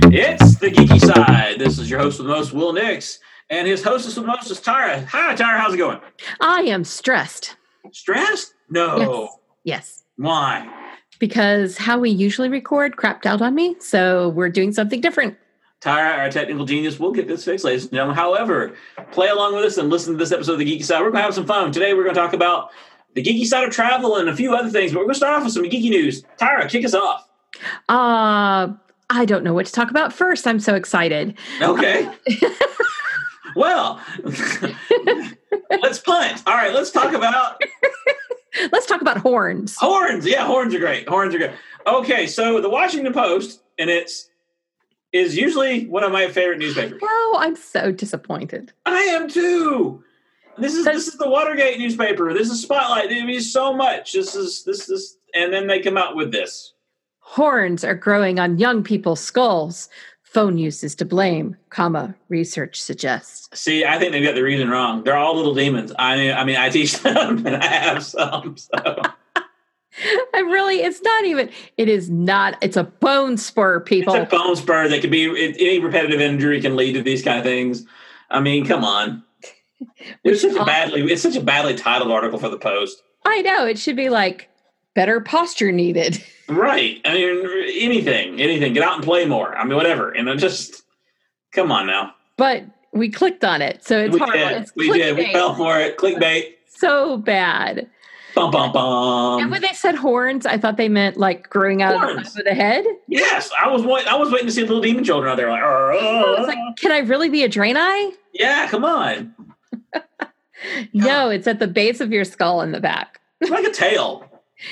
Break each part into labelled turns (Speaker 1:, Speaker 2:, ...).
Speaker 1: the Geeky Side. This is your host with the most, Will Nix, and his hostess with the most is Tyra. Hi, Tyra. How's it going?
Speaker 2: I am stressed.
Speaker 1: Stressed? No.
Speaker 2: Yes.
Speaker 1: Why?
Speaker 2: Because how we usually record crapped out on me. So we're doing something different.
Speaker 1: Tyra, our technical genius, will get this fixed, ladies and gentlemen. However, play along with us and listen to this episode of the Geeky Side. We're going to have some fun. Today, we're going to talk about the geeky side of travel and a few other things, but we're going to start off with some geeky news. Tyra, kick us off.
Speaker 2: Uh, I don't know what to talk about first. I'm so excited.
Speaker 1: Okay. well, let's punt. All right, let's talk about
Speaker 2: Let's talk about horns.
Speaker 1: horns. Yeah, horns are great. Horns are great. Okay, so the Washington Post, and it's is usually one of my favorite newspapers.
Speaker 2: Oh, I'm so disappointed.
Speaker 1: I am too. This is this is the Watergate newspaper. This is Spotlight. It means so much. This is this is, and then they come out with this.
Speaker 2: Horns are growing on young people's skulls. Phone use is to blame, comma, research suggests.
Speaker 1: See, I think they got the reason wrong. They're all little demons. I I mean, I teach them, and I have some. So.
Speaker 2: I really, it's not even, it is not, it's a bone spur, people.
Speaker 1: It's a bone spur that could be it, any repetitive injury can lead to these kind of things. I mean, come on. It's such a badly it's such a badly titled article for the Post.
Speaker 2: I know, it should be like, better posture needed.
Speaker 1: Right. I mean, anything, anything. Get out and play more. I mean, whatever. And I just come on now.
Speaker 2: But we clicked on it, so it's
Speaker 1: we
Speaker 2: hard.
Speaker 1: did.
Speaker 2: It's
Speaker 1: We did. We
Speaker 2: clickbait.
Speaker 1: fell for it. Clickbait.
Speaker 2: so bad.
Speaker 1: Bum bum
Speaker 2: and when
Speaker 1: bum.
Speaker 2: they said horns, I thought they meant like growing out of the,
Speaker 1: Um, Horns.
Speaker 2: top of the head.
Speaker 1: Yes, I was. wa- I was waiting to see little demon children out there. Like,
Speaker 2: I was
Speaker 1: "Arr."
Speaker 2: like, can I really be a drain eye?
Speaker 1: yeah, come on,
Speaker 2: No, it's at the base of your skull in the back.
Speaker 1: It's like a tail.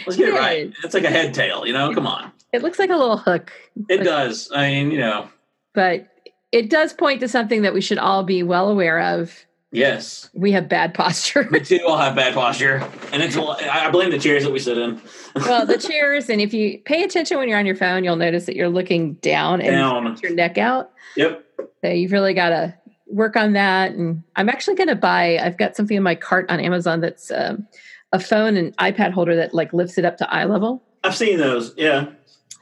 Speaker 1: Let's get it
Speaker 2: It
Speaker 1: right. It's like a head tail. You know, come on.
Speaker 2: It looks like a little hook,
Speaker 1: It does. I mean, you know,
Speaker 2: but it does point to something that we should all be well aware of.
Speaker 1: yes.
Speaker 2: We have bad posture.
Speaker 1: We do all have bad posture, and it's. a lot- I I blame the chairs that we sit in.
Speaker 2: well, the chairs, and if you pay attention when you're on your phone, you'll notice that you're looking down and
Speaker 1: Down.
Speaker 2: your neck out.
Speaker 1: Yep.
Speaker 2: So you've really got to work on that. And I'm actually going to buy. I've got something in my cart on Amazon that's um, a phone and iPad holder that like lifts it up to eye level.
Speaker 1: I've seen those. Yeah.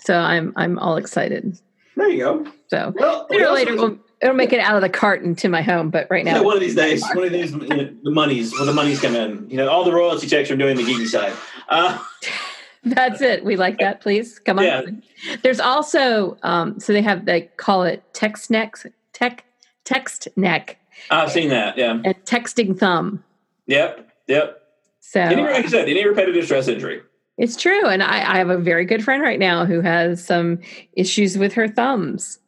Speaker 2: So I'm I'm all excited.
Speaker 1: There you go.
Speaker 2: So
Speaker 1: Well, we
Speaker 2: sooner or
Speaker 1: also-
Speaker 2: later we'll, it'll make it out of the cart and to my home. But right
Speaker 1: Yeah,
Speaker 2: now,
Speaker 1: one of these days, one of these, you know, the monies when the monies come in, you know, all the royalty checks are doing the geeky side. Uh,
Speaker 2: that's it. We like that. Please come on.
Speaker 1: Yeah.
Speaker 2: There's also um, so they have they call it text neck tech text neck
Speaker 1: I've seen that. Yeah.
Speaker 2: and texting thumb.
Speaker 1: Yep. Yep.
Speaker 2: So
Speaker 1: Any, like I said, any repetitive stress injury.
Speaker 2: It's true. And I, I have a very good friend right now who has some issues with her thumbs.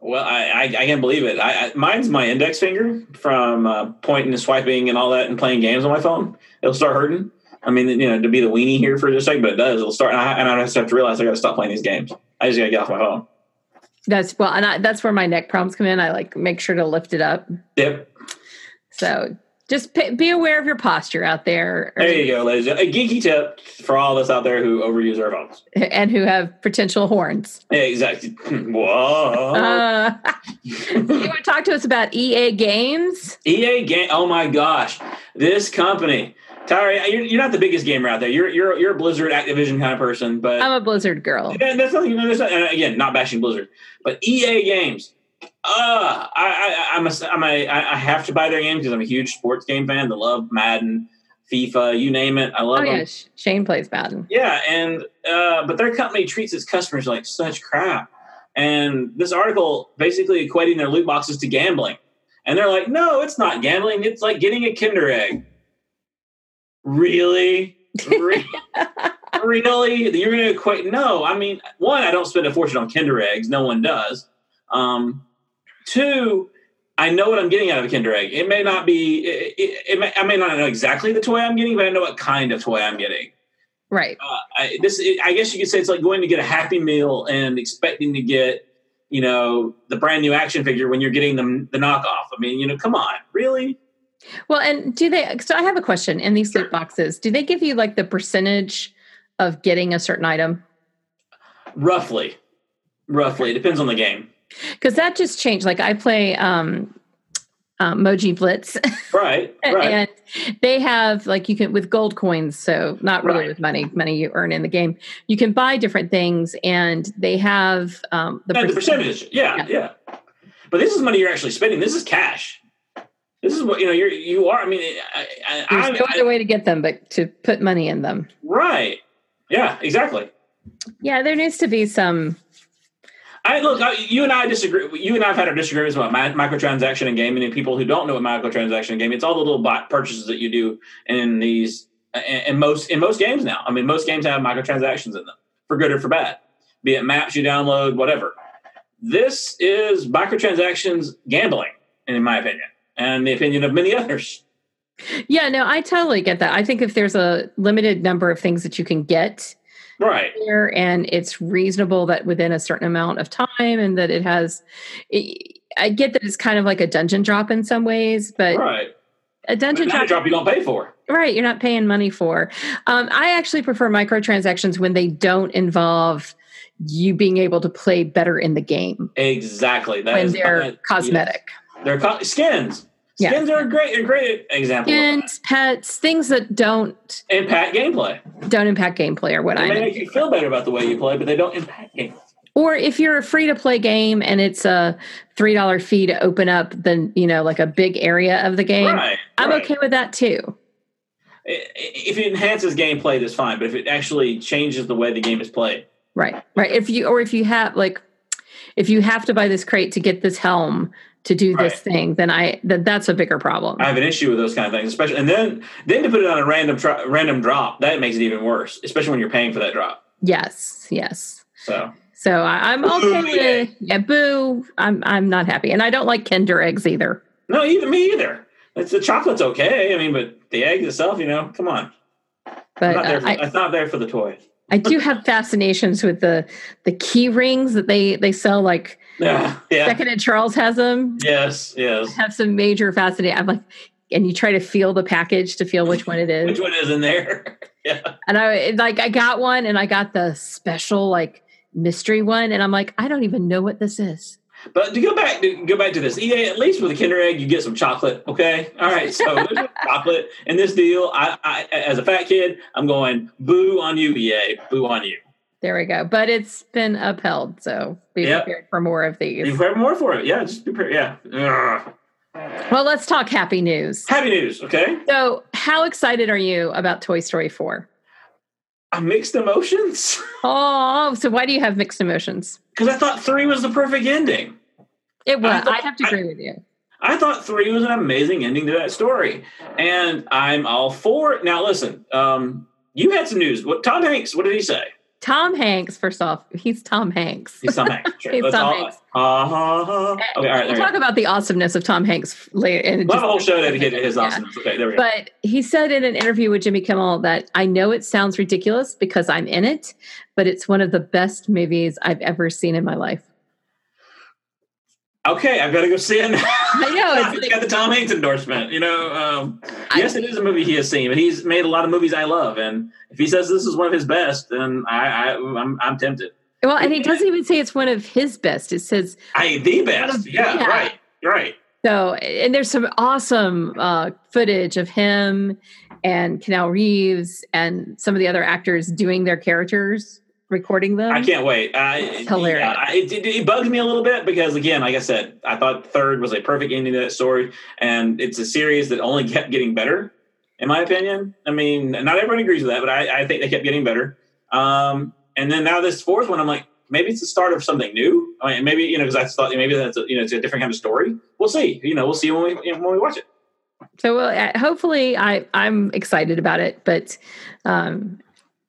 Speaker 1: Well, I I, I can't believe it. I, I mine's my index finger from uh, pointing and swiping and all that and playing games on my phone. It'll start hurting. I mean, you know, to be the weenie here for just a second, but it does. It'll start, and I, and I just have to realize I got to stop playing these games. I just got to get off my phone.
Speaker 2: That's well, and I, that's where my neck problems come in. I like make sure to lift it up.
Speaker 1: Yep.
Speaker 2: So just p- be aware of your posture out there or-
Speaker 1: There you go, ladies. A geeky tip for all of us out there who overuse our phones.
Speaker 2: and who have potential horns.
Speaker 1: Yeah, exactly. Whoa.
Speaker 2: Uh, you want to talk to us about EA games?
Speaker 1: EA game. Oh my gosh, this company. Tyra, you're, you're not the biggest gamer out there. You're you're you're a Blizzard, Activision kind of person, but
Speaker 2: I'm a Blizzard girl.
Speaker 1: Uh, Yeah, that's nothing. That's not, and again, not bashing Blizzard, but EA games. Uh, I, I I'm a, I'm a I I have to buy their games because I'm a huge sports game fan. I love Madden, FIFA, you name it. I love
Speaker 2: Oh,
Speaker 1: them.
Speaker 2: yeah. Sh- Shane plays Madden.
Speaker 1: Yeah, and uh, but their company treats its customers like such crap. And this article basically equating their loot boxes to gambling, and they're like, "No, it's not gambling. It's like getting a Kinder Egg." Really, Re- really, you're going to equate? No, I mean, one, I don't spend a fortune on Kinder Eggs. No one does. Um, two, I know what I'm getting out of a Kinder Egg. It may not be. It, it, it may, I may not know exactly the toy I'm getting, but I know what kind of toy I'm getting
Speaker 2: Right.
Speaker 1: uh, I, this I guess you could say it's like going to get a Happy Meal and expecting to get you know the brand new action figure when you're getting the the knockoff. I mean, you know, come on, really?
Speaker 2: Well, and do they? So I have a question in these loot boxes. Do they give you like the percentage of getting a certain item?
Speaker 1: Roughly, roughly. It depends on the game.
Speaker 2: because that just changed like i play um um, Moji Blitz.
Speaker 1: right, right.
Speaker 2: and they have like you can with gold coins, so not really
Speaker 1: Right.
Speaker 2: with money, money you earn in the game. You can buy different things, and they have um, the,
Speaker 1: Yeah, the
Speaker 2: perc-
Speaker 1: percentage. Yeah, yeah, But this is money you're actually spending. This is cash. This is what you know. You're you are. I mean, I, I,
Speaker 2: There's
Speaker 1: I,
Speaker 2: no
Speaker 1: I,
Speaker 2: other way to get them but to put money in them.
Speaker 1: right. Yeah, exactly.
Speaker 2: Yeah, there needs to be some.
Speaker 1: I look. I, you and I disagree. You and I have had our disagreements about mi- microtransaction and gaming. And people who don't know what microtransaction and gaming, it's all the little bot purchases that you do in these in, in most in most games now. I mean, most games have microtransactions in them, for good or for bad. Be it maps you download, whatever. This is microtransactions gambling, in my opinion, and the opinion of many others.
Speaker 2: Yeah, no, I totally get that. I think if there's a limited number of things that you can get
Speaker 1: Right.
Speaker 2: there, and it's reasonable that within a certain amount of time, and that it has, it, I get that it's kind of like a dungeon drop in some ways, but
Speaker 1: Right.
Speaker 2: a
Speaker 1: But
Speaker 2: dungeon
Speaker 1: not a
Speaker 2: drop
Speaker 1: drop you don't pay for.
Speaker 2: Right, you're not paying money for. Um, I actually prefer microtransactions when they don't involve you being able to play better in the game
Speaker 1: Exactly. That
Speaker 2: when
Speaker 1: is-
Speaker 2: they're
Speaker 1: that-
Speaker 2: cosmetic.
Speaker 1: yes. They're co- skins.
Speaker 2: Yeah.
Speaker 1: Skins are a great, a great example. of that.
Speaker 2: Skins, pets, things that don't
Speaker 1: impact gameplay.
Speaker 2: don't impact gameplay or what
Speaker 1: They may
Speaker 2: I'm.
Speaker 1: make you feel better about the way you play, but they don't impact gameplay.
Speaker 2: Or if you're a free to play game and it's a three dollar fee to open up the you know like a big area of the game,
Speaker 1: Right.
Speaker 2: I'm
Speaker 1: right.
Speaker 2: okay with that too.
Speaker 1: I- If it enhances gameplay, that's fine. But if it actually changes the way the game is played,
Speaker 2: Right, right. If you or if you have like, if you have to buy this crate to get this helm to do this thing, then I then that's a bigger problem.
Speaker 1: I have an issue with those kind of things. Especially, and then then to put it on a random tro- random drop, that makes it even worse. Especially when you're paying for that drop.
Speaker 2: Yes, yes.
Speaker 1: So
Speaker 2: So I, I'm
Speaker 1: Boo,
Speaker 2: okay with yeah, boo. I'm I'm not happy, and I don't like Kinder eggs either.
Speaker 1: no, even me either. It's the chocolate's okay. I mean, but the egg itself, you know, come on.
Speaker 2: But
Speaker 1: not there
Speaker 2: uh,
Speaker 1: for,
Speaker 2: I,
Speaker 1: it's not there for the toy.
Speaker 2: I do have fascinations with the the key rings that they they sell. Like
Speaker 1: Yeah. Yeah.
Speaker 2: Second and Charles has them.
Speaker 1: Yes. Yes.
Speaker 2: Have some major fascination. I'm like, and you try to feel the package to feel which one it
Speaker 1: Which
Speaker 2: is.
Speaker 1: one is in there?
Speaker 2: And I like I got one, and I got the special like mystery one, and I'm like, I don't even know what this is.
Speaker 1: But to go back, to go back to this EA. At least with a Kinder Egg, you get some chocolate. Okay, all right. So there's no chocolate in this deal. I, I, as a fat kid, I'm going boo on you, EA. Boo on you.
Speaker 2: There we go. But it's been upheld, so be
Speaker 1: Yep.
Speaker 2: prepared for more of these.
Speaker 1: You prepare more for it. Yeah, just prepare. Yeah. Ugh.
Speaker 2: Well, let's talk happy news.
Speaker 1: Happy news. Okay.
Speaker 2: So, how excited are you about Toy Story 4?
Speaker 1: I mixed emotions
Speaker 2: Oh, so why do you have mixed emotions?
Speaker 1: because I thought three was the perfect ending.
Speaker 2: It was.
Speaker 1: Uh, I
Speaker 2: I,
Speaker 1: thought-
Speaker 2: have to agree with you.
Speaker 1: I thought three was an amazing ending to that story, and I'm all for it. Now listen, um, you had some news. What Tom Hanks? What did he say?
Speaker 2: Tom Hanks, first off, he's Tom Hanks.
Speaker 1: He's Tom Hanks. Sure.
Speaker 2: He's
Speaker 1: That's
Speaker 2: Tom
Speaker 1: all-
Speaker 2: Hanks.
Speaker 1: Uh-huh. uh-huh. Okay. All right. there
Speaker 2: We'll
Speaker 1: you go.
Speaker 2: talk about the awesomeness of Tom Hanks later. In
Speaker 1: We'll have a whole
Speaker 2: just-
Speaker 1: show dedicated to his
Speaker 2: Yeah.
Speaker 1: awesomeness. Okay, there we go.
Speaker 2: But he said in an interview with Jimmy Kimmel that I know it sounds ridiculous because I'm in it, but it's one of the best movies I've ever seen in my life.
Speaker 1: Okay, I've got to go see it. now.
Speaker 2: I know.
Speaker 1: It's
Speaker 2: It's
Speaker 1: got
Speaker 2: like,
Speaker 1: the Tom Hanks endorsement. You know, um,
Speaker 2: Oh, I-
Speaker 1: yes, it is a movie he has seen, but he's made a lot of movies I love, and if he says this is one of his best, then I, I I'm, I'm tempted.
Speaker 2: well, and he doesn't even say it's one of his best. It says
Speaker 1: I the best. Yeah,
Speaker 2: Yeah.
Speaker 1: right, right.
Speaker 2: So, and there's some awesome uh, footage of him and Canal Reeves and some of the other actors doing their characters, recording them.
Speaker 1: I can't wait. I,
Speaker 2: hilarious.
Speaker 1: yeah, I- it, it, it bugged me a little bit because, again, like I said, I thought third was a perfect ending to that story, and it's a series that only kept getting better, in my opinion. I mean, not everyone agrees with that, but I, I think they kept getting better. Um, and then now this fourth one, I'm like, maybe it's the start of something new. I mean, maybe you know, because I thought maybe that's a, you know, it's a different kind of story. We'll see. You know, we'll see when we you know, when we watch it.
Speaker 2: So, well, uh, hopefully, I I'm excited about it, but um,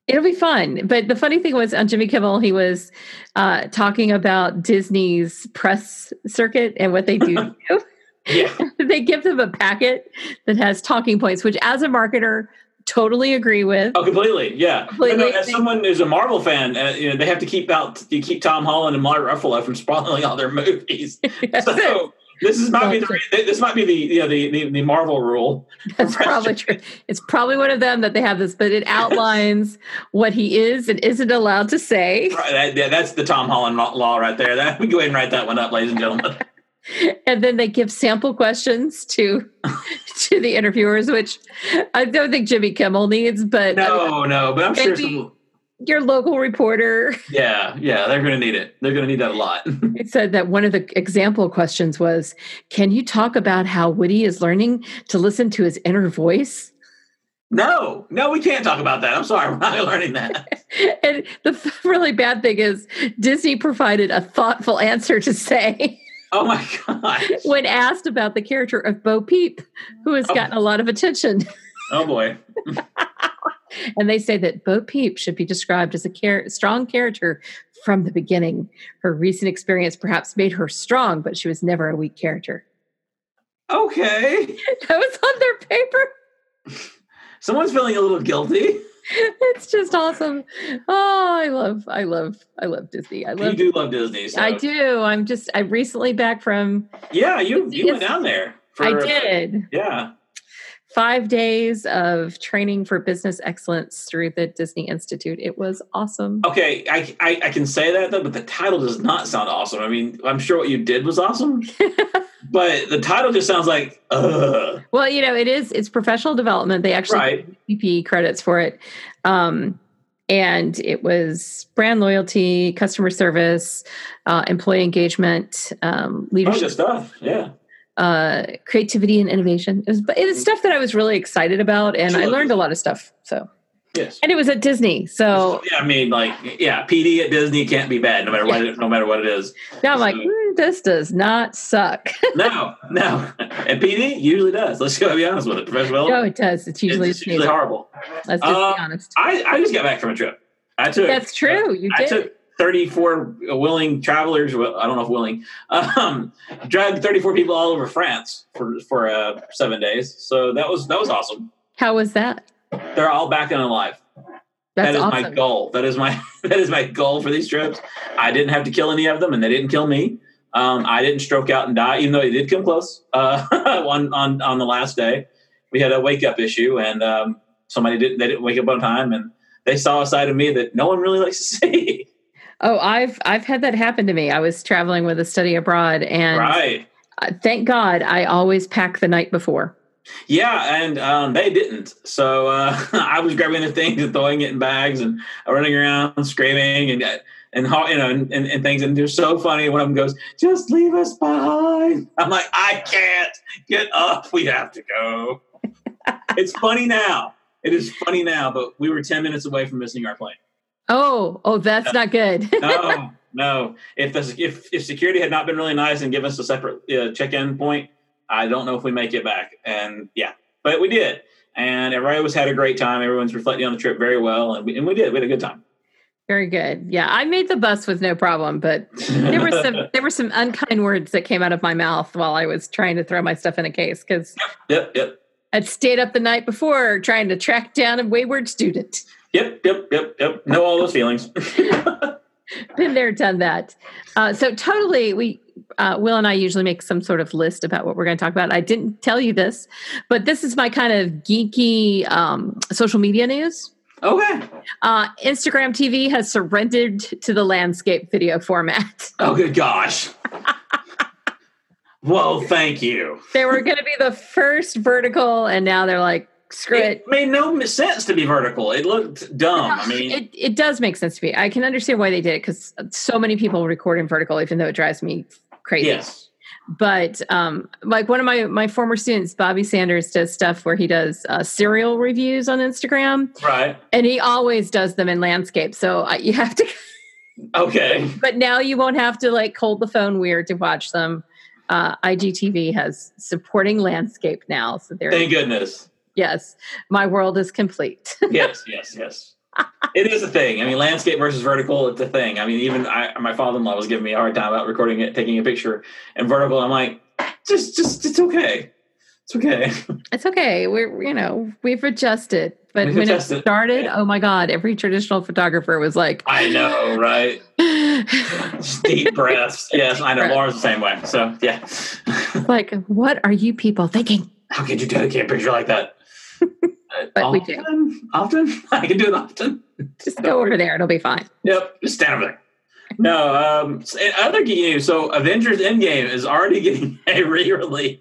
Speaker 2: it'll be fun. But the funny thing was on Jimmy Kimmel, he was uh, talking about Disney's press circuit and what they do. to you.
Speaker 1: Yeah,
Speaker 2: they give them a packet that has talking points, which, as a marketer, totally agree with.
Speaker 1: oh, completely. Yeah,
Speaker 2: Completely.
Speaker 1: No, no, as someone who's a Marvel fan, uh, you know, they have to keep out you keep Tom Holland and Mark Ruffalo from spoiling all their movies. Oh, So this is might be the re- this might be the you know the the, the Marvel rule.
Speaker 2: That's
Speaker 1: Right.
Speaker 2: probably true. It's probably one of them that they have this, but it outlines what he is and isn't allowed to say.
Speaker 1: Right, that, that- that's the Tom Holland law right there. That we go ahead and write that one up, ladies and gentlemen.
Speaker 2: and then they give sample questions to to the interviewers, which I don't think Jimmy Kimmel needs, but
Speaker 1: No, no, but I'm sure
Speaker 2: Maybe-
Speaker 1: some,
Speaker 2: your local reporter
Speaker 1: yeah, yeah, they're going to need it. They're going to need that a lot.
Speaker 2: it said that one of the example questions was, "Can you talk about how Woody is learning to listen to his inner voice?"
Speaker 1: no, no, we can't talk about that. I'm sorry, we're not learning that.
Speaker 2: And the really bad thing is Disney provided a thoughtful answer to say
Speaker 1: Oh my god.
Speaker 2: when asked about the character of Bo Peep, who has
Speaker 1: Oh.
Speaker 2: gotten a lot of attention.
Speaker 1: Oh boy.
Speaker 2: And they say that Bo Peep should be described as a char- strong character from the beginning. Her recent experience perhaps made her strong, but she was never a weak character.
Speaker 1: Okay.
Speaker 2: That was on their paper.
Speaker 1: Someone's feeling a little guilty.
Speaker 2: It's just awesome. Oh, I love, I love, I love Disney. I
Speaker 1: You
Speaker 2: love.
Speaker 1: do love Disney. So.
Speaker 2: I do. I'm just. I recently back from.
Speaker 1: Yeah, you
Speaker 2: Disney
Speaker 1: you went
Speaker 2: is-
Speaker 1: down there.
Speaker 2: I did.
Speaker 1: Yeah.
Speaker 2: five days of training for business excellence through the Disney Institute. It was awesome.
Speaker 1: Okay, I, I I can say that though, but the title does not sound awesome. I mean, I'm sure what you did was awesome, but the title just sounds like ugh.
Speaker 2: Well, you know, it is it's professional development. They actually
Speaker 1: Right.
Speaker 2: give PPE E credits for it. Um, and it was brand loyalty, customer service, uh, employee engagement, um,
Speaker 1: Oh,
Speaker 2: leadership,
Speaker 1: good stuff. Oh, Yeah.
Speaker 2: uh, creativity, and innovation. It was, but it is stuff that I was really excited about, and I
Speaker 1: Sure.
Speaker 2: learned a lot of stuff. So,
Speaker 1: Yes.
Speaker 2: and it was at Disney. So
Speaker 1: Yeah, I mean, like, yeah, PD at Disney can't be bad, no matter what, it, no matter what it is.
Speaker 2: now I'm like, "Mm, this does not suck.
Speaker 1: No, no, and PD usually does. Let's go be honest with it. Professional,
Speaker 2: no,
Speaker 1: development,
Speaker 2: it does. It's
Speaker 1: it's
Speaker 2: usually,
Speaker 1: Oh. it's usually
Speaker 2: amazing.
Speaker 1: horrible.
Speaker 2: Let's just
Speaker 1: Uh,
Speaker 2: be honest.
Speaker 1: I I just got back from a trip. I took
Speaker 2: That's true. You
Speaker 1: I
Speaker 2: did.
Speaker 1: took 34 willing travelers. Well, I don't know if willing. Um, dragged 34 people all over France for for uh, seven days. So that was that was awesome.
Speaker 2: How was that?
Speaker 1: They're all back and alive.
Speaker 2: That's
Speaker 1: that is my
Speaker 2: awesome.
Speaker 1: goal. That is my that is my goal for these trips. I didn't have to kill any of them, and they didn't kill me. Um, I didn't stroke out and die, even though they did come close uh, on on on the last day. We had a wake up issue, and um, somebody didn't they didn't wake up on time, and they saw a side of me that no one really likes to see.
Speaker 2: Oh, I've I've had that happen to me. I was traveling with a study abroad, and
Speaker 1: right.
Speaker 2: uh, thank God I always pack the night before.
Speaker 1: Yeah, and um, they didn't. So uh, I was grabbing the things and throwing it in bags and running around screaming and uh, and ho- you know and, and, and things. And they're so funny. One of them goes, "Just leave us behind." I'm like, "I can't get up. We have to go." it's funny now. It is funny now, but we were ten minutes away from missing our plane.
Speaker 2: Oh, oh, that's not good.
Speaker 1: No, no. If the if if security had not been really nice and given us a separate uh, check-in point, I don't know if we make it back. And yeah, but we did. And everybody was had a great time. Everyone's reflecting on the trip very well, and we, and we did. We had a good time.
Speaker 2: Very good. Yeah, I made the bus with no problem, but there were some there were some unkind words that came out of my mouth while I was trying to throw my stuff in a case because
Speaker 1: yep, yep,
Speaker 2: I'd stayed up the night before trying to track down a wayward student.
Speaker 1: yep, yep, yep, yep. Know all those feelings.
Speaker 2: been there done that uh, so totally we uh, will and i usually make some sort of list about what we're going to talk about i didn't tell you this but this is my kind of geeky um, social media news
Speaker 1: okay.
Speaker 2: uh, instagram tv has surrendered to the landscape video format
Speaker 1: Oh, good gosh. well, thank you.
Speaker 2: they were going to be the first vertical and now they're like screw it
Speaker 1: It made no sense to be vertical. It looked dumb. I mean,
Speaker 2: it, it does make sense to me i can understand why they did it because so many people record in vertical even though it drives me crazy
Speaker 1: yes.
Speaker 2: but um, like one of my my former students, Bobby Sanders, does stuff where he does uh, cereal reviews on Instagram,
Speaker 1: Right.
Speaker 2: and he always does them in landscape. So I, you have to,
Speaker 1: Okay.
Speaker 2: but now you won't have to like hold the phone weird to watch them. Uh, IGTV has supporting landscape now, so there.
Speaker 1: Thank goodness.
Speaker 2: Yes, my world is complete.
Speaker 1: yes, yes, yes. It is a thing. I mean, landscape versus vertical, it's a thing. I mean, even I, my father-in-law was giving me a hard time about recording it, taking a picture and vertical. I'm like, just, just, it's okay. It's okay.
Speaker 2: it's okay. We're you know we've adjusted, but
Speaker 1: We've
Speaker 2: when
Speaker 1: adjusted.
Speaker 2: it started,
Speaker 1: Yeah.
Speaker 2: oh my god, every traditional photographer was like.
Speaker 1: I know, right? Just deep breaths. Yes, I know.
Speaker 2: Breath.
Speaker 1: Laura's the same way. So yeah.
Speaker 2: like, what are you people thinking?
Speaker 1: How could you dedicate a picture like that?
Speaker 2: But
Speaker 1: Oh,
Speaker 2: we do.
Speaker 1: often, often I can do it often.
Speaker 2: Just go over there. It'll be fine.
Speaker 1: Yep, just stand over there. no, um, so- and other geeky news. So, Avengers Endgame is already getting a re-release,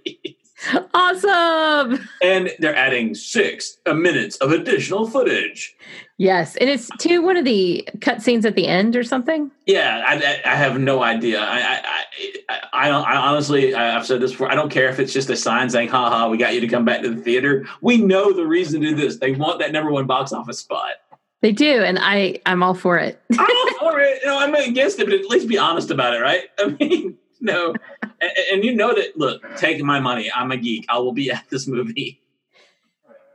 Speaker 2: Awesome.
Speaker 1: and they're adding six minutes of additional footage.
Speaker 2: Yes. And it's to one of the cutscenes at the end or something.
Speaker 1: Yeah, I, I, I have no idea. I, I, I, I don't. I honestly, I, I've said this before. I don't care if it's just a sign saying, "Ha ha, we got you to come back to the theater." We know the reason to do this. They want that number one box office spot.
Speaker 2: They do. And I, I'm all for it.
Speaker 1: I'm all for it. You know, I'm not against it, but at least be honest about it, right? I mean, no. And, and you know that. Look, take my money. I'm a geek. I will be at this movie.